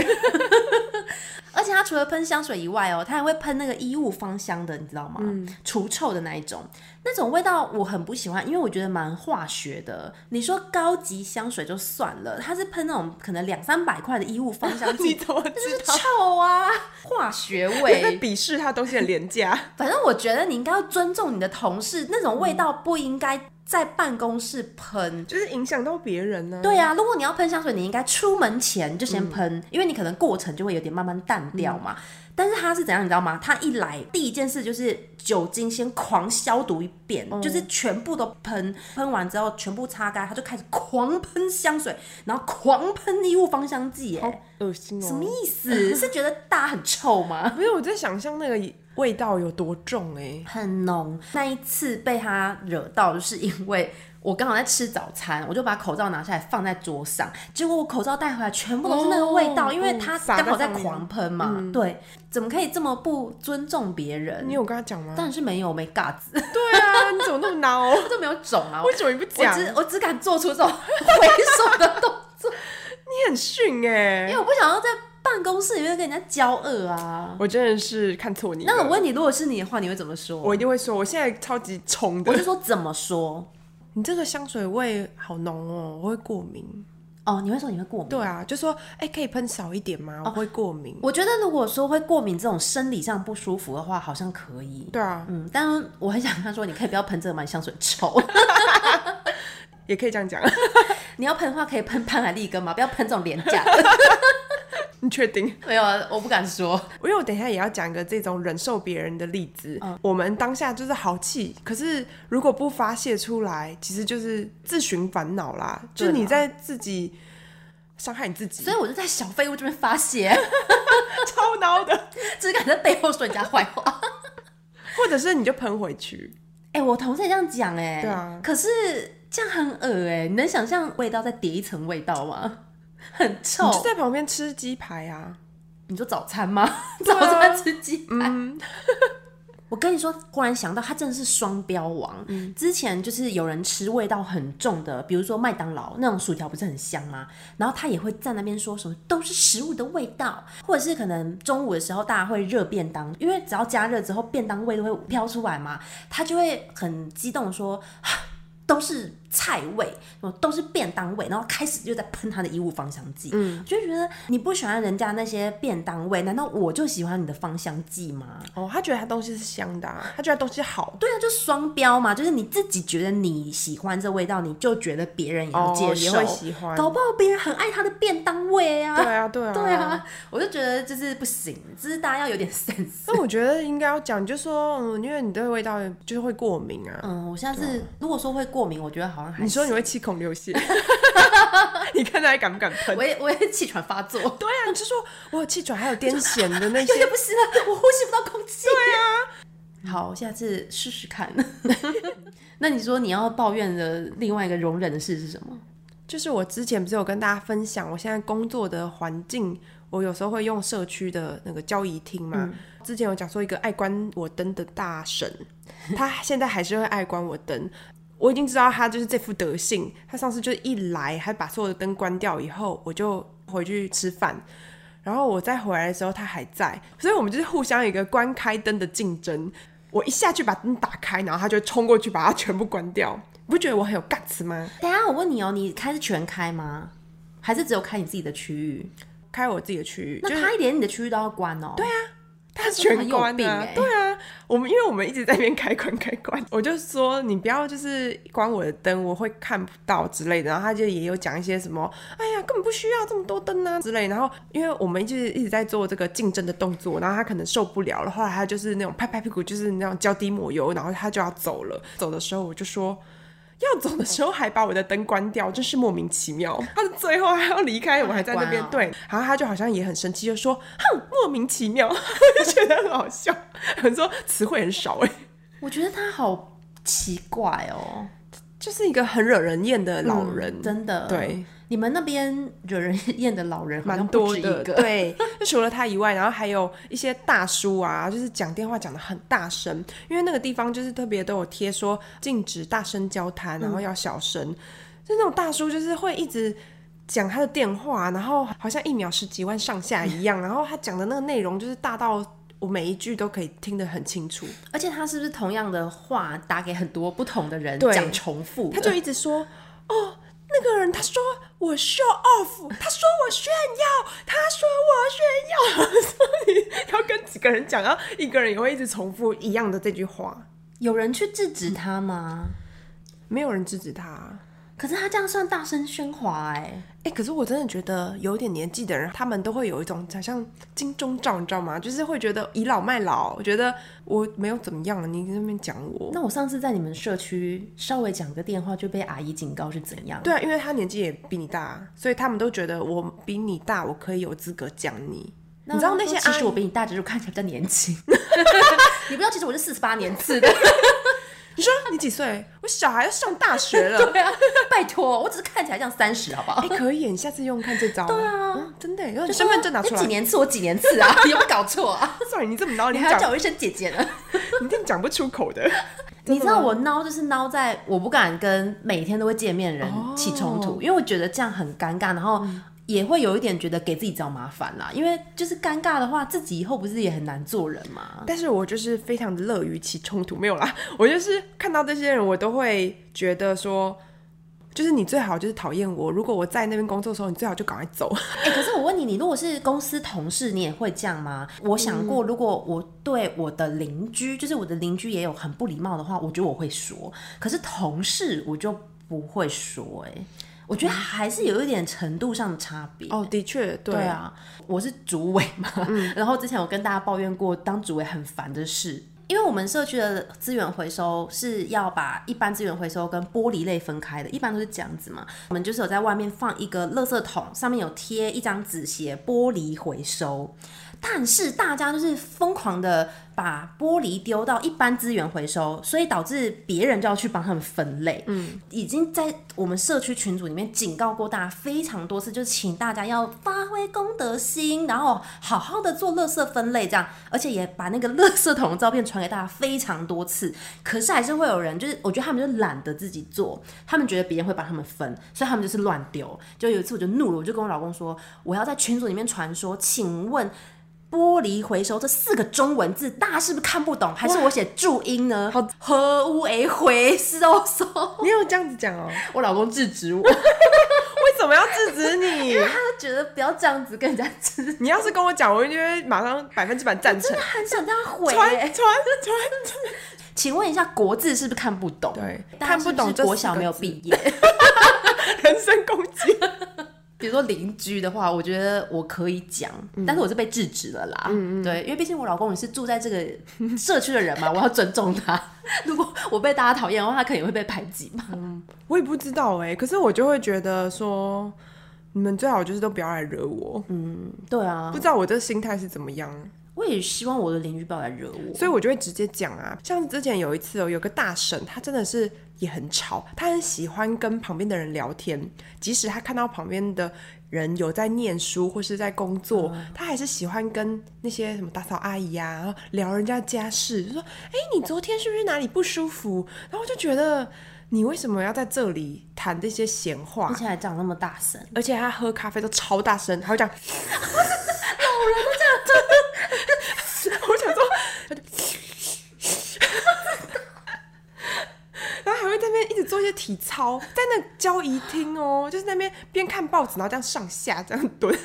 S2: 而且他除了喷香水以外哦，他还会喷那个衣物芳香的，你知道吗？除臭的那一种，那种味道我很不喜欢，因为我觉得蛮化学的。你说高级香水就算了，他是喷那种可能两三百块的衣物芳香
S1: 你
S2: 剂，
S1: 怎么知道？
S2: 臭啊，化学
S1: 你在
S2: 味。
S1: 鄙视他东西很廉价，
S2: 反正我觉得你应该要尊重你的同事，那种味道不应该在办公室喷。
S1: 就是影响到别人呢、
S2: 对啊，如果你要喷香水，你应该出门前就先喷，因为你可能过程就会有点慢慢淡掉嘛。但是他是怎样，你知道吗？他一来第一件事就是酒精先狂消毒一遍，就是全部都喷，喷完之后全部擦干，他就开始狂喷香水，然后狂喷衣物芳香剂，哎，
S1: 恶心哦！
S2: 什么意思？是觉得大家很臭吗？
S1: 没有，我在想象那个味道有多重哎、
S2: 很浓。那一次被他惹到，就是因为我刚好在吃早餐，我就把口罩拿下来放在桌上，结果我口罩带回来全部都是那个味道，
S1: 哦
S2: 因为他
S1: 嗯撒在
S2: 刚好在
S1: 上面嗯
S2: 狂喷嘛。对，怎么可以这么不尊重别人
S1: 你？有跟他讲吗？
S2: 当然是没有，我没嘎 子，
S1: 对啊，你怎么那么孬？
S2: 我就没有肿啊。 我
S1: 为什么你不
S2: 我
S1: 讲？
S2: 只我只敢做出这种 猥琐的动作，
S1: 你很逊哎、
S2: 因为我不想要在办公室里面跟人家交恶啊。
S1: 我真的是看错你了。
S2: 那我问你，如果是你的话，你会怎么说？
S1: 我一定会说，我现在超级冲
S2: 我
S1: 的
S2: 就。说怎么说？
S1: 你这个香水味好浓哦，我会过敏。
S2: 哦，你会说你会过敏？
S1: 对啊，就说哎、可以喷少一点吗？我会过敏。
S2: 我觉得如果说会过敏这种生理上不舒服的话，好像可以。
S1: 对啊，
S2: 嗯，但我很想跟他说，你可以不要喷这个嘛，你香水臭。
S1: 也可以这样讲。
S2: 你要喷的话，可以喷潘海利根嘛，不要喷这种廉价 的。
S1: 你确定？
S2: 没有，啊，我不敢说。
S1: 因为我等一下也要讲一个这种忍受别人的例子。
S2: 嗯
S1: 我们当下就是好气，可是如果不发泄出来，其实就是自寻烦恼啦。就
S2: 对啊
S1: 是
S2: 啦
S1: 你在自己伤害你自己
S2: 所，以我就在小废物这边发泄，
S1: 超孬的。
S2: 只敢在背后说人家坏话。
S1: 或者是你就喷回去，
S2: 哎、我同事也这样讲哎、
S1: 对啊
S2: 可是这样很恶哎、你能想象味道再叠一层味道吗？很臭
S1: 你。就在旁边吃鸡排啊。
S2: 你说早餐吗？
S1: 对
S2: 早
S1: 啊
S2: 餐吃鸡排。我跟你说，忽然想到，他真的是双标王。之前就是有人吃味道很重的，比如说麦当劳那种薯条，不是很香吗？然后他也会在那边说什么都是食物的味道，或者是可能中午的时候大家会热便当，因为只要加热之后，便当味都会飘出来嘛，他就会很激动地说。啊都是菜味，什么都是便当味，然后开始就在喷他的衣物芳香剂。嗯，我就觉得你不喜欢人家那些便当味，难道我就喜欢你的芳香剂吗？
S1: 哦，他觉得他东西是香的、啊，他觉得他东西好。
S2: 对啊，就双标嘛，就是你自己觉得你喜欢这味道，你就觉得别人也要接
S1: 哦也
S2: 受，
S1: 会喜欢
S2: 搞不好别人很爱他的便当味啊。
S1: 对啊，对啊，
S2: 对。啊，我就觉得就是不行，就是大家要有点 sense。
S1: 那我觉得应该要讲，你就说，嗯，因为你对味道就是会过敏啊。
S2: 嗯，我下次如果说会过敏，我觉得好像还
S1: 你说你
S2: 行
S1: 会七孔流 血，你看他还敢不敢喷？
S2: 我也我也气喘发 作，
S1: 对啊，你就说我有气喘，还有癫痫的那
S2: 有点
S1: 些。
S2: 不行了，我呼吸不到空气。对啊， 好，下次试试看。 那你说你要抱怨的另外一个容忍的事是什么？
S1: 就是我之前不是有跟大家分享，我现在工作的环境，我有时候会用社区的那个交易厅嘛。之前有讲说一个爱关我灯的大神，他现在还是会爱关我灯。我已经知道他就是这副德性。他上次就是一来，他把所有的灯关掉以后，我就回去吃饭。然后我再回来的时候，他还在，所以我们就是互相有一个关开灯的竞争。我一下去把灯打开，然后他就冲过去把它全部关掉。你不觉得我很有 guts 吗？
S2: 等一下我问你哦，你开是全开吗？还是只有开你自己的区域？
S1: 开我自己的区域，
S2: 那
S1: 就是
S2: 他连你的区域都要关哦。对啊，
S1: 他全关
S2: 很有病
S1: 的、啊
S2: 欸，
S1: 对啊，我们因为我们一直在那边开关开关， 我就说你不要就是关我的灯，我会看不到之类的。然后他就也有讲一些什么，哎呀，根本不需要这么多灯啊之类的。然后因为我们就是一直在做这个竞争的动作，然后他可能受不了了，后来他就是那种拍拍屁股，就是那种脚底抹油，然后他就要走了。走的时候我就说。要走的时候还把我的灯关掉，真是莫名其妙。 他最后还要离开，我还在那边
S2: 关哦
S1: 对，然后他就好像也很生气，就说：“哼，莫名其妙。” 我就觉得很好笑。我说词汇很少哎、
S2: 我觉得他好奇怪哦，
S1: 就是一个很惹人厌的老人，
S2: 真的。
S1: 嗯对，
S2: 你们那边惹人厌的老人好像
S1: 蛮
S2: 不
S1: 多
S2: 止一
S1: 的。
S2: 个。
S1: 对，就除了他以外，然后还有一些大叔啊，就是讲电话讲的很大声，因为那个地方就是特别都有贴说禁止大声交谈，然后要小声。就那种大叔，就是会一直。讲他的电话，然后好像一秒十几万上下一样，然后他讲的那个内容就是大到我每一句都可以听得很清楚。
S2: 而且他是不是同样的话打给很多不同的人
S1: 对
S2: 讲重复的？
S1: 他就一直说：“哦，那个人他说我 show off，他说我炫耀，他说我炫耀。”所以要跟几个人讲，然后一个人也会一直重复一样的这句话，
S2: 有人去制止他吗？
S1: 没有人制止他。
S2: 可是他这样算大声喧哗哎、
S1: 哎、可是我真的觉得有点年纪的人，他们都会有一种好像金钟罩，你知道吗？就是会觉得倚老卖老，觉得我没有怎么样，你在那边讲我。
S2: 那我上次在你们社区稍微讲个电话就被阿姨警告是怎样？
S1: 对啊，因为他年纪也比你大，所以他们都觉得我比你大，我可以有资格讲你。
S2: 那
S1: 你知道
S2: 我
S1: 那
S2: 说
S1: 些
S2: 其
S1: 阿
S2: 实
S1: 姨
S2: 我比你大，只是我看起来比较年 轻。你不知道，其实我是四十八年次的。
S1: 你说你几岁？我小孩要上大学了。
S2: 对啊，拜托，我只是看起来像三十，好不好
S1: 哎、？可以耶，你下次用看这招。对啊，嗯、真的耶，然后你
S2: 就
S1: 身份证拿出来
S2: 说哎
S1: 哎
S2: 你几。年次？我几年次 啊？有没有搞错啊？
S1: sorry，你这么孬，
S2: 你
S1: 你
S2: 还要
S1: 讲
S2: 叫我一声姐姐呢？
S1: 你一定讲不出口的。
S2: 你知道我孬就是孬在我不敢跟每天都会见面的人起冲
S1: 哦
S2: 突，因为我觉得这样很尴尬，然后
S1: 嗯
S2: 也会有一点觉得给自己找麻烦啦。因为就是尴尬的话，自己以后不是也很难做人吗？
S1: 但是我就是非常的乐于起冲突，没有啦， 我就是看到这些人，我都会觉得说，就是你最好就是讨厌我。如果我在那边工作的时候，你最好就赶快 走。
S2: 哎、可是我问你，你如果是公司同事，你也会这样吗？我想过，如果我对我的邻居，就是我的邻居也有很不礼貌的话，我觉得我会说。可是同事我就不会说、哎，我觉得还是有一点程度上的差别。
S1: 哦，的确，对
S2: 对，啊，我是主委嘛， 然后之前有跟大家抱怨过当主委很烦的事。因为我们社区的资源回收是要把一般资源回收跟玻璃类分开的，一般都是这样子嘛。我们就是有在外面放一个垃圾桶，上面有贴一张纸写“玻璃回收”，但是大家就是疯狂的把玻璃丢到一般资源回收，所以导致别人就要去帮他们分类。嗯，已经在我们社区群组里面警告过大家非常多次，就是请大家要发挥公德心，然后好好的做垃圾分类，这样，而且也把那个垃圾桶的照片传给大家非常多次。可是还是会有人，就是我觉得他们就懒得自己做，他们觉得别人会帮他们分，所以他们就是乱丢。就有一次我就怒了，我就跟我老公说，我要在群组里面传说，请问。玻璃回收这四个中文字，大家是不是看不懂？还是我写注音呢？好，何无为回哦收收？
S1: 你有这样子讲哦，为
S2: 我老公制止我，他
S1: 什么要制止你？
S2: 就觉得不要这样子跟人家制，
S1: 你要是跟我讲，我就会马上百分之百赞成。
S2: 很想这样毁、
S1: 传
S2: 欸
S1: 传。传，
S2: 请问一下，国字是不是看不懂？
S1: 对
S2: 大家
S1: 看
S2: 是
S1: 不懂
S2: 是
S1: 这
S2: 国
S1: 四
S2: 小
S1: 个
S2: 没有毕业。
S1: 人身攻击。
S2: 比如说邻居的话，我觉得我可以讲，
S1: 嗯
S2: 但是我是被制止了啦。对，因为毕竟我老公也是住在这个 社区的人嘛，我要尊重他。 如果我被大家讨厌的话，他肯定会被排挤嘛。
S1: 我也不知道哎、可是我就会觉得说，你们最好就是都不要来惹我。
S2: 对啊
S1: 不，知道我这心态是怎么样。
S2: 我也希望我的邻居不要来惹我。
S1: 所以我就会直接讲啊，像之前有一次哦，有个大婶，她真的是也很吵，她很喜欢跟旁边的人聊天，即使她看到旁边的人有在念书或是在工作，她还是喜欢跟那些什么打扫阿姨啊，然后聊人家家事，就说：“哎、你昨天是不是哪里不舒服？”然后我就觉得你为什么要在这里谈这些闲话
S2: 而？且还讲那么大声，
S1: 而且她喝咖啡都超大声，还会 讲，老人 都这样，我想说，她就然后还会在那边一直做一些体操，在那交谊厅哦，就是在那边边看报纸，然后这样上下这样蹲。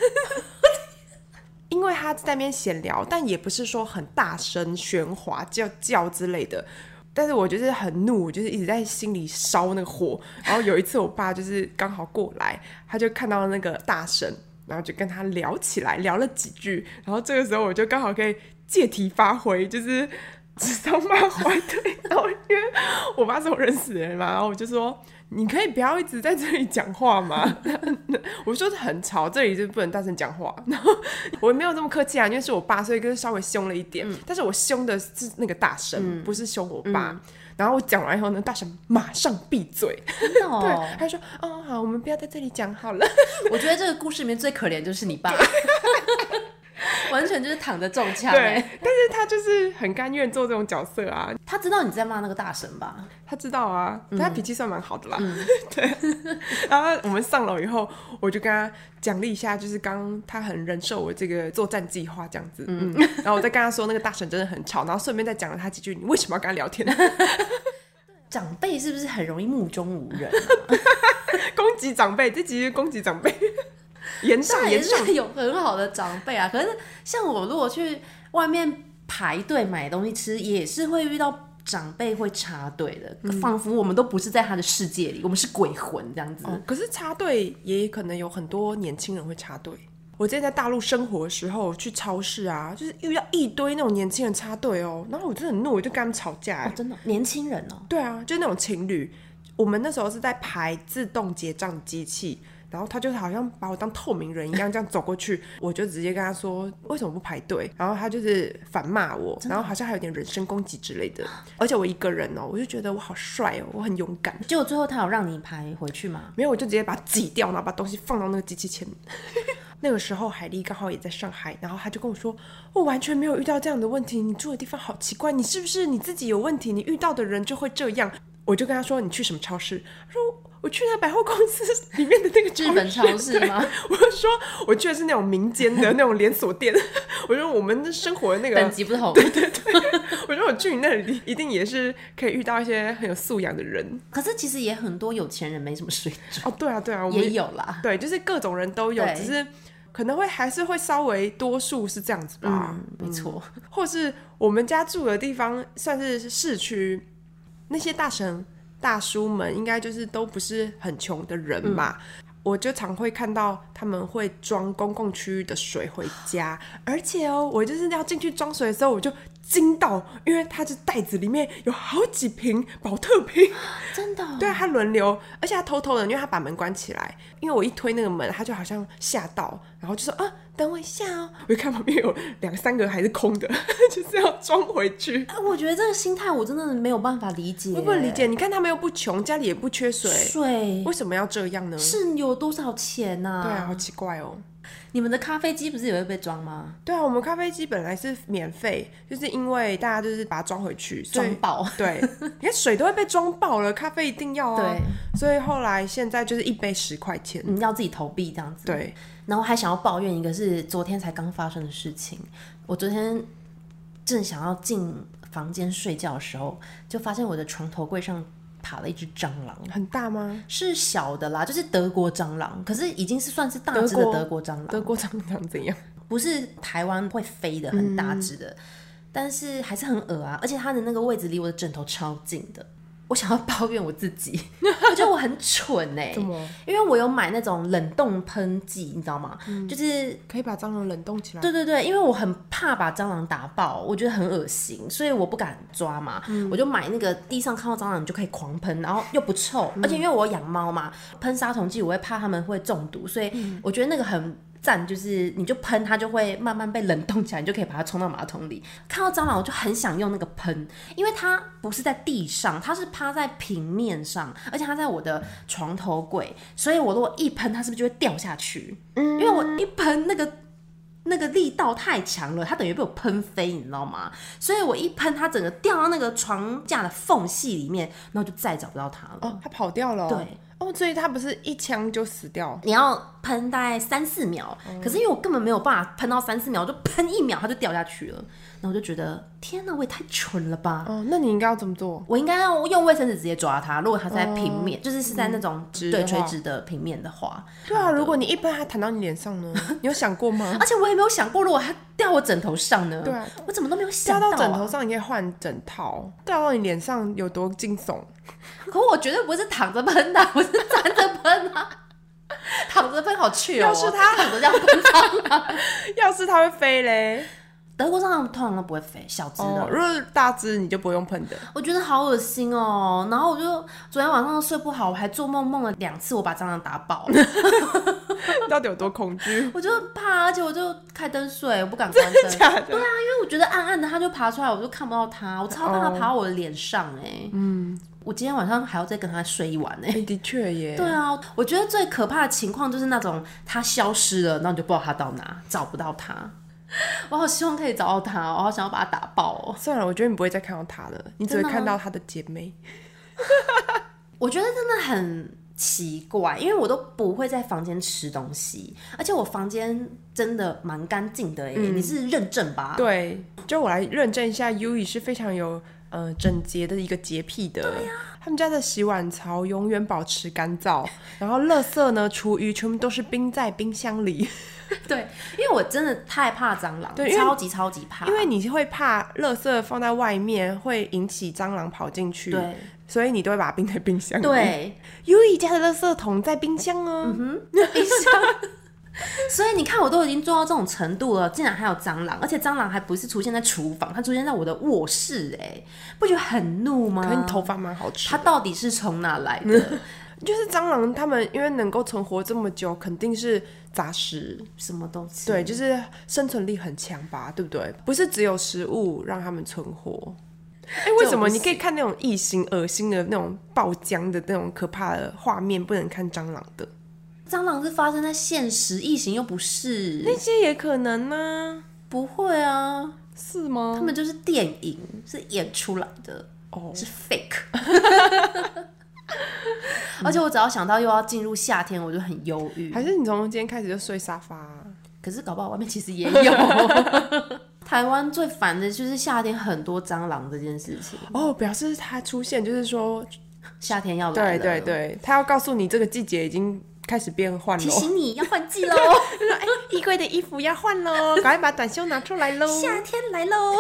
S1: 因为他在那边闲聊，但也不是说很大声喧哗叫叫之类的。但是我就是很怒，我就是一直在心里烧那个火。然后有一次，我爸就是刚好过来，他就看到那个大神，然后就跟他聊起来，聊了几句。然后这个时候，我就刚好可以借题发挥，就是指桑骂槐对。然后因为我爸是我认识的人嘛，然后我就说：“你可以不要一直在这里讲话吗？” 我说很吵，这里就不能大声讲话。 然后我没有这么客气啊，因为是我爸，所以就是稍微凶了一点。但是我凶的是那个大神，不是凶我爸。然后我讲完以后呢，大神马上闭嘴，
S2: 真的哦。
S1: 他说：“哦，好，我们不要在这里讲好了。
S2: 我觉得这个故事里面最可怜就是 你爸，完全就是躺着中” 枪、
S1: 对
S2: 欸。，
S1: 但是他就是很甘愿做这种角色啊，
S2: 他知道你在骂那个大神吧？
S1: 他知道啊，他脾气算蛮好的啦。 对，然后我们上楼以后，我就跟他奖励一下，就是刚他很忍受我这个作战计划这样子。嗯，然后我再跟他说那个大婶真的很吵，然后顺便再讲了他几句，你为什么要跟他聊天？
S2: 长辈是不是很容易目中无 人、啊？
S1: 攻击长辈，这集是攻击长辈， 言
S2: 当
S1: 上
S2: 然也
S1: 言上。
S2: 是有很好的长辈啊。可是像我如果去外面排队买东西吃，也是会遇到长辈会插队的，嗯仿佛我们都不是在他的世界里，我们是鬼魂这样子。
S1: 哦，可是插队也可能有很多年轻人会插队。我之前在大陆生活的时候，去超市啊，就是遇到一堆那种年轻人插队哦，然后我真的很怒，我就跟他们吵架、欸
S2: 哦真的哦，年轻人哦，
S1: 对啊，就是那种情侣，我们那时候是在排自动结账机器，然后他就好像把我当透明人一样这样走过去， 我就直接跟他说为什么不排队，然后他就是反骂我，然后好像还有点人身攻击之类的，而且我一个人哦，我就觉得我好帅哦，我很勇敢。
S2: 结果最后他有让你排回去吗？
S1: 没有，我就直接把它挤掉，然后把东西放到那个机器前面。 那个时候海丽刚好也在上海，然后她就跟我说：“我完全没有遇到这样的问题，你住的地方好奇怪，你是不是你自己有问题？你遇到的人就会这样。”我就跟她说：“你去什么超市？”她说：“我去那百货公司里面的那个
S2: 日本超市
S1: 对
S2: 吗
S1: 我就说：“我去的是那种民间的那种连锁店。” 我说：“我们生活的那个
S2: 等级不同，
S1: 我说我去你那里一定也是可以遇到一些很有素养的人。
S2: 可是其实也很多有钱人没什么水 准，”
S1: 哦，对啊，对啊，我们
S2: 也有啦。
S1: 对，就是各种人都有，
S2: 对
S1: 只是可能会还是会稍微多数是这样子吧，
S2: 嗯，没错，
S1: 或是我们家住的地方算是市区，那些大神大叔们应该就是都不是很穷的人嘛。
S2: 嗯
S1: 我就常会看到他们会装公共区域的水回家，而且哦，我就是要进去装水的时候，我就惊到，因为它这袋子里面有好几瓶保特瓶，
S2: 真的哦。
S1: 对啊，他轮流，而且他偷偷的，因为他把门关起来，因为我一推那个门，他就好像吓到，然后就说啊，等我一下哦。 我就看旁边有两三个还是空的， 就是要装回去。
S2: 哎，我觉得这个心态我真的没有办法理解，
S1: 我不能理解，你看他们又不穷，家里也不缺水，
S2: 水
S1: 为什么要这样呢？
S2: 是有多少钱呐、
S1: 对啊，好奇怪哦。
S2: 你们的咖啡机不是也会被装吗？
S1: 对啊，我们咖啡机本来是免费，就是因为大家就是把它装回去，所以
S2: 装爆。
S1: 对，你看水都会被装爆了，咖啡一定要啊。
S2: 对
S1: 所以后来现在就是一杯十块钱。
S2: 你要自己投币这样子，
S1: 对，
S2: 然后还想要抱怨一个是昨天才刚发生的事情。我昨天正想要进房间睡觉的时候，就发现我的床头柜上爬了一只蟑螂，
S1: 很大吗？
S2: 是小的啦，就是德国蟑螂，可是已经是算是大只
S1: 德
S2: 的
S1: 国
S2: 德国蟑螂，
S1: 德国长长怎样？
S2: 不是台湾会飞的很大只的，但是还是很恶啊，而且它的那个位置离我的枕头超近的。我想要抱怨我自己， 我觉得我很蠢哎、
S1: 么
S2: 因为我有买那种冷冻喷剂，你知道吗？就是
S1: 可以把蟑螂冷冻起来？
S2: 对对对，因为我很怕把蟑螂打爆，我觉得很恶心，所以我不敢抓嘛。我就买那个地上看到蟑螂你就可以狂喷，然后又不臭，而且因为我养猫嘛，喷杀虫剂我会怕它们会中毒，所以我觉得那个很。赞就是你就喷它就会慢慢被冷冻起来，你就可以把它冲到马桶里。看到蟑螂我就很想用那个喷，因为它不是在地上，它是趴在平面上，而且它在我的床头柜，所以我如果一喷它是不是就会掉下去？因为我一喷那个那个力道太强了，它等于被我喷飞，你知道吗？所以我一喷，它整个掉到那个床架的缝隙里面，然后就再也找不到它了。
S1: 哦，它跑掉了哦、
S2: 对
S1: 哦，所以它不是一枪就死掉？
S2: 你要喷大概三四秒，
S1: 哦
S2: 可是因为我根本没有办法喷到三四秒，我就喷一秒它就掉下去了。那我就觉得，天哪，我也太蠢了吧！
S1: 哦，那你应该要怎么做？
S2: 我应该要用卫生纸直接抓它，如果它是在平面，就是是在那种
S1: 哦嗯直
S2: 对
S1: 的
S2: 垂
S1: 话
S2: 直的平面的啊话，
S1: 对啊，如果你一喷它弹到你脸上 呢，你有想过吗？
S2: 而且我也没有想过，如果它掉我枕头上呢？
S1: 对啊
S2: 我怎么都没有想
S1: 掉到
S2: 啊
S1: 枕头上，你可以换枕套；掉到你脸上有多惊悚？
S2: 可我绝对不是躺着喷的， 我是站着喷啊。躺着喷好去哦，
S1: 要是他
S2: 躺着这样喷蟑螂，
S1: 要是它会飞嘞，
S2: 德国蟑螂通常都不会飞，小只的。
S1: 哦，如果是大只你就不用喷 的。
S2: 我觉得好恶心哦，然后我就昨天晚上都睡不好，我还做梦梦了两次，我把蟑螂打 爆，
S1: 到底有多恐惧？
S2: 我就怕，而且我就开灯睡，我不敢关灯，
S1: 假的？
S2: 因为我觉得暗暗的它就爬出来，我就看不到它，我超怕
S1: 哦
S2: 它爬到我的脸上哎、嗯，我今天晚上还要再跟它睡一晚哎、
S1: 哎的确耶。
S2: 对啊，我觉得最可怕的情况就是那种它消失了，那你就不知道它到哪，找不到它。 我好希望可以找到它哦，我好想要把它打爆哦。
S1: 算了，我觉得你不会再看到它了，你只会
S2: 真的吗
S1: 看到它的姐妹。
S2: 我觉得真的很奇怪，因为我都不会在房间吃东西，而且我房间真的欸
S1: 嗯
S2: 蛮干净的耶。你是认证吧？
S1: 对，就我来认证一下，U E 也是非常有呃整洁的一个洁癖的，他们家的洗碗槽永远保持干燥，然后垃圾呢、厨余全部都是冰在冰箱里，
S2: 对，因为我真的太怕蟑螂，
S1: 对因为
S2: 超级超级怕，
S1: 因为你会怕垃圾放在外面会引起蟑螂跑进去，
S2: 对
S1: 所以你都会把它冰在冰箱里。，
S2: 对，嗯
S1: 优一家的垃圾桶在冰箱啊，
S2: 冰箱。所以你看，我都已经做到这种程度了，竟然还有蟑螂，而且蟑螂还不是出现在厨房，它出现在我的卧室、哎，不觉得很怒吗？
S1: 可是你头发蛮好吃
S2: 它到底是从哪来 的？
S1: 就是蟑螂，它们因为能够存活这么久，肯定是杂食，
S2: 什么都吃，
S1: 对，就是生存力很强吧，对不对？不是只有食物让它们存活。哎、为什么
S2: 这我不
S1: 你可以看那种异形、恶心的那种爆浆的那种可怕的画面，不能看蟑螂的？
S2: 蟑螂是发生在现实，异形又不是
S1: 那，些也可能呢、
S2: 不会啊，
S1: 是吗？
S2: 他们就是电影，是演出来的，
S1: 哦
S2: 是 fake。而且我只要想到又要进入夏天，我就很忧郁。
S1: 还是你从今天开始就睡沙发啊、
S2: 可是搞不好外面其实也有。 台湾最烦的就是夏天很多蟑螂这件事情，
S1: 哦，表示它出现，就是说，
S2: 夏天要
S1: 对
S2: 来了。
S1: 对对，它要告诉你这个季节已经开始变换
S2: 提
S1: 了，
S2: 醒你要 换季喽，
S1: 衣哎柜的衣服要换 喽，赶快把短袖拿出来喽，
S2: 夏天来喽，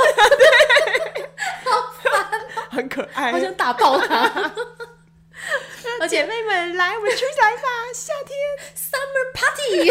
S1: 很可爱
S2: 好。想打爆 它。而且
S1: 姐妹们，哎来，我们出去来吧， 夏天。
S2: Summer Party。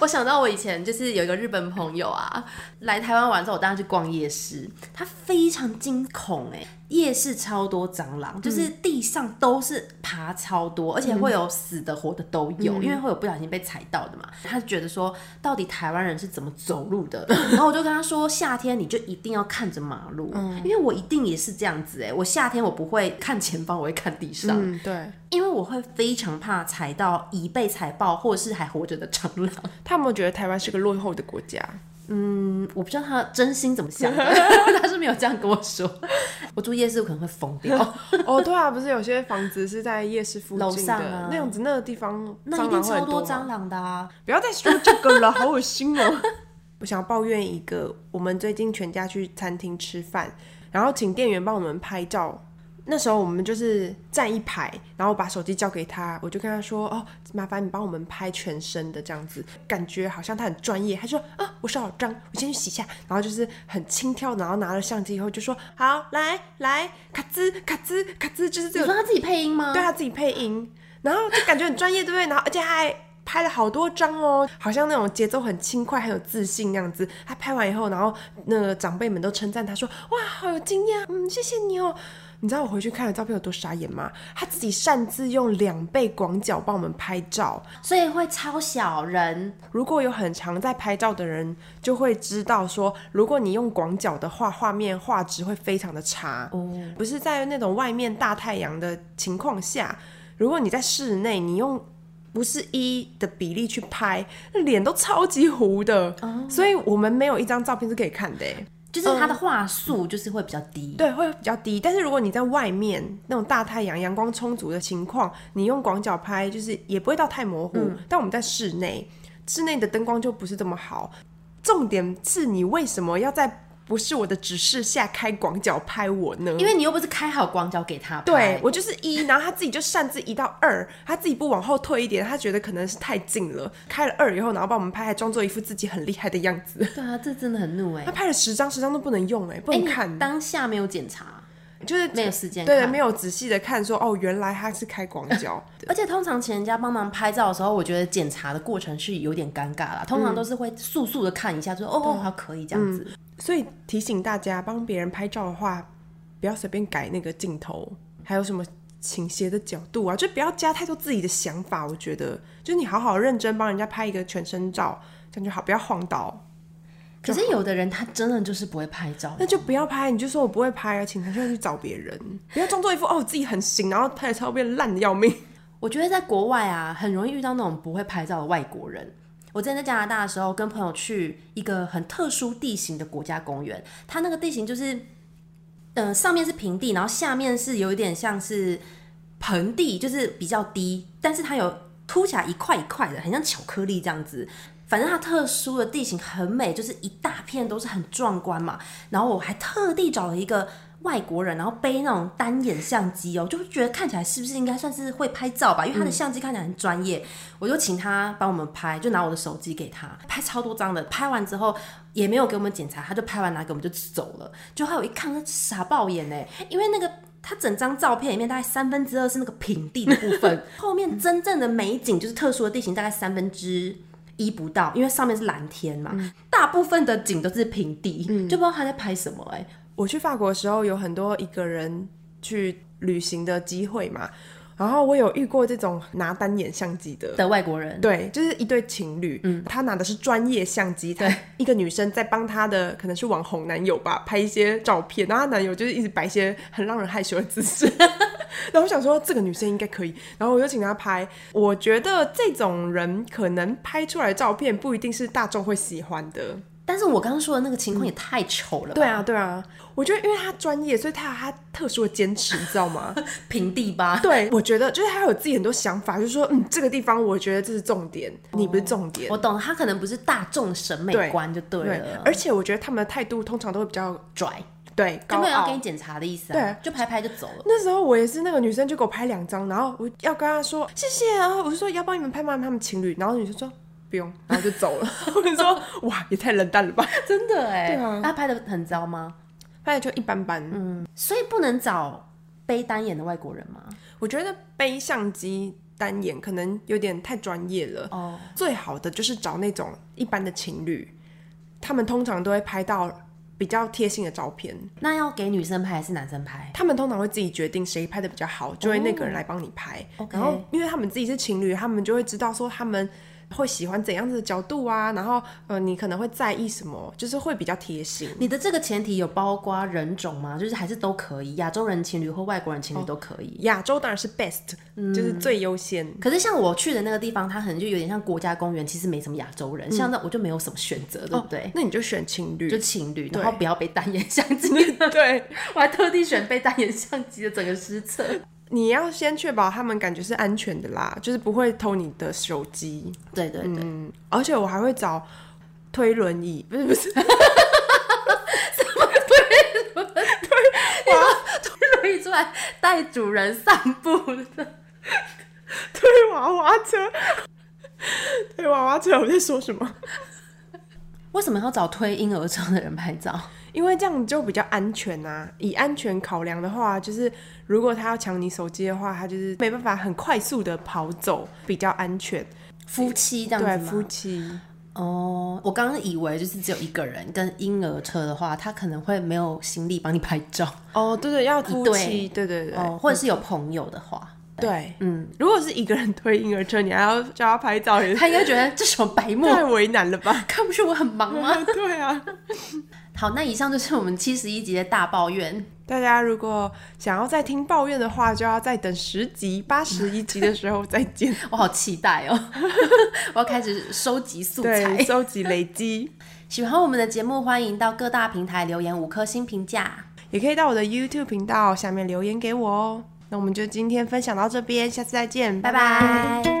S2: 我想到我以前就是有一个日本朋友啊，来台湾玩之后，我带他去逛夜市，他非常惊恐哎、夜市超多蟑螂，就是地上都是爬超多，而且会有死的活的都有，因为会有不小心被踩到的嘛。他就觉得说，到底台湾人是怎么走路的？然后我就跟他说，夏天你就一定要看着马路，因为我一定也是这样子哎、我夏天我不会看前方，我会看地上，
S1: 嗯，对，
S2: 因为我会非常怕踩到已被踩爆或者是还活着的蟑螂。
S1: 他们觉得台湾是个落后的国家，
S2: 嗯我不知道他真心怎么 想的，他是没有这样跟我说。我住夜市，我可能会疯 掉。
S1: 哦，对啊，不是有些房子是在夜市附
S2: 楼
S1: 近的，
S2: 上啊
S1: 那样子那个地方
S2: 那一
S1: 蟑
S2: 定
S1: 螂会
S2: 超
S1: 很
S2: 多
S1: 吗
S2: 蟑螂的啊！
S1: 不要再说这个了，好恶心哦！ 我想要抱怨一个，我们最近全家去餐厅吃饭，然后请店员帮我们拍照。那时候我们就是站一排，然后我把手机交给他，我就跟他说：“哦，麻烦你帮我们拍全身的这样子，感觉好像他很专业。”他说：“啊，我手好脏，我先去洗一下。”然后就是很轻佻，然后拿了相机以后就说：“好，来来，咔吱咔吱咔吱，就是这个
S2: 你说他自己配音吗？
S1: 对他啊自己配音，然后就感觉很专业，对不对？然后而且他还拍了好多张哦，好像那种节奏很轻快、很有自信那样子。他拍完以后，然后那个长辈们都称赞他说：“哇，好有经验，嗯，谢谢你哦。”你知道我回去看了照片有多傻眼吗？他自己擅自用两倍广角帮我们拍照。
S2: 所以会超小人。
S1: 如果有很常在拍照的人，就会知道说，如果你用广角的话，画面画质会非常的差。不是在那种外面大太阳的情况下，如果你在室内，你用不是一的比例去拍，那脸都超级糊的。所以我们没有一张照片是可以看的欸、
S2: 就是他的话术就是会比较低。
S1: 对，会比较低。但是如果你在外面那种大太阳、阳光充足的情况，你用广角拍，就是也不会到太模糊。
S2: 嗯
S1: 但我们在室内，室内的灯光就不是这么好。重点是你为什么要在不是我的指示下开广角拍我呢？
S2: 因为你又不是开好广角给他拍。
S1: 对我就是一，然后他自己就擅自移到二，他自己不往后退一点，他觉得可能是太近了，开了二以后，然后把我们拍，还装作一副自己很厉害的样子。
S2: 对啊，这真的很怒哎、
S1: 他拍了十张，十张都不能用哎、不
S2: 哎
S1: 能
S2: 你
S1: 看，
S2: 当下没有检查，
S1: 就是
S2: 没有时间看。
S1: 对，没有仔细的看说，哦，原来他是开广 角。
S2: 而且通常请人家帮忙拍照的时候，我觉得检查的过程是有点尴尬啦。通
S1: 嗯
S2: 常都是会速速的看一下，就说哦，好可以这样子。
S1: 所以提醒大家，帮别人拍照的话，不要随便改那个镜头，还有什么倾斜的角度啊，就不要加太多自己的想法。我觉得，就是你好好认真帮人家拍一个全身照，这样就好，不要晃到。
S2: 可是有的人他真的就是不会拍照，
S1: 那就不要拍，你就说我不会拍啊，请他就去找别人，不要装作一副哦自己很行，然后拍的照片烂的要命。
S2: 我觉得在国外啊，很容易遇到那种不会拍照的外国人。我之前在加拿大的时候，跟朋友去一个很特殊地形的国家公园，它那个地形就是，嗯、上面是平地，然后下面是有一点像是盆地，就是比较低，但是它有凸起来一块一块的，很像巧克力这样子。反正它特殊的地形很美，就是一大片都是很壮观嘛。然后我还特地找了一个外国人，然后背那种单眼相机哦，就觉得看起来是不是应该算是会拍照吧？因为他的相机看起来很专业，我就请他帮我们拍，就拿我的手机给他拍超多张的。拍完之后也没有给我们检查，他就拍完拿给我们就走了。就还有一看，傻爆眼哎，因为那个。他整张照片里面大概三分之二是那个平地的部分，后面真正的美景就是特殊的地形，大概三分之一不到，因为上面是蓝天嘛，
S1: 嗯
S2: 大部分的景都是平地，就不知道他在拍什么哎、
S1: 我去法国的时候有很多一个人去旅行的机会嘛，然后我有遇过这种拿单眼相机的。
S2: 的外国人，
S1: 对，就是一对情侣，他拿的是专业相机，他一个女生在帮她的可能是网红男友吧拍一些照片，然后她男友就是一直摆一些很让人害羞的姿势，然后我想说这个女生应该可以，然后我就请她拍，我觉得这种人可能拍出来的照片不一定是大众会喜欢的，
S2: 但是我刚刚说的那个情况也太丑了吧，
S1: 对啊，对啊，我觉得因为他专业，所以他有他特殊的坚持，你知道 吗？
S2: 平地吧，
S1: 对，我觉得就是他有自己很多想法，就是说，嗯，这个地方我觉得这是重点，你不是重点。
S2: 我懂了，他可能不是大众审美
S1: 对
S2: 观就对
S1: 对
S2: 了，，
S1: 而且我觉得他们的态度通常都会比较
S2: 拽
S1: 对
S2: 就
S1: 高
S2: 没有要给
S1: 傲
S2: 你。检查的意思啊
S1: 对，
S2: 就拍拍就走了。
S1: 那时候我也是，那个女生就给我拍两张，然后我要跟她说谢谢啊，我就说要帮你们拍吗？他们情侣，然后女生说不用，然后就走了。 我就说哇，也太冷淡了吧，
S2: 真的哎、
S1: 对啊
S2: 他拍的很糟吗？
S1: 发现就一般般。
S2: 所以不能找背单眼的外国人吗？
S1: 我觉得背相机单眼可能有点太专业了。
S2: 哦，
S1: 最好的就是找那种一般的情侣，他们通常都会拍到比较贴心的照片。
S2: 那要给女生拍还是男生拍？
S1: 他们通常会自己决定谁拍的比较好，就会那个人来帮你拍。
S2: 哦 OK
S1: 然后，因为他们自己是情侣，他们就会知道说他们会喜欢怎样子的角度啊，然后呃，你可能会在意什么，就是会比较贴心。
S2: 你的这个前提有包括人种吗？就是还是都可以，亚洲人情侣或外国人
S1: 哦
S2: 情侣都可以。
S1: 亚洲当然是 best，、就是
S2: 嗯
S1: 最优先。
S2: 可是像我去的那个地方，它可能就有点像国家公园，其实没什么亚洲
S1: 嗯
S2: 人，像那我就没有什么选择，对不对？
S1: 那你就选情侣，
S2: 就 情侣，然后不要背单眼相机，
S1: 对，
S2: 我还特地选背单眼相机的整个失策。
S1: 你要先确保他们感觉是安全的啦，就是不会偷你的手机。
S2: 对对 对，
S1: 嗯，而且我还会找推轮椅，不是不是，
S2: 可以出来带主人散步的，
S1: 推娃娃车， 推娃娃车，我在说什么？
S2: 为什么要找推婴儿车的人拍照？
S1: 因为这样就比较安全啊。以安全考量的话，就是如果他要抢你手机的话，他就是没办法很快速的跑走，比较安全。
S2: 夫妻这
S1: 对，
S2: 样子
S1: 夫
S2: 吗？
S1: 妻
S2: 哦，我刚刚以为就是只有一个人，跟婴儿车的话，他可能会没有心力帮你拍照，
S1: 哦，对对，要夫
S2: 对
S1: 妻，对对对。
S2: 哦，或者是有朋友的话，
S1: 对，嗯，如果是一个人推婴儿车，你还要叫他拍照，也是
S2: 他应该觉得这什么白目，
S1: 太为难了吧？
S2: 看不出我很忙吗？
S1: 对啊，
S2: 好，那以上就是我们七十一集的大抱怨。
S1: 大家如果想要再听抱怨的话，就要再等十集、八十一集的时候再见。
S2: 我好期待哦！ 我要开始收集 素
S1: 对，
S2: 材。
S1: 收集累积，
S2: 喜欢我们的节目，欢迎到各大平台留言五颗星评价。
S1: 也可以到我的 YouTube 频道下面留言给我哦。那我们就今天分享到这边，下次再见，
S2: 拜拜。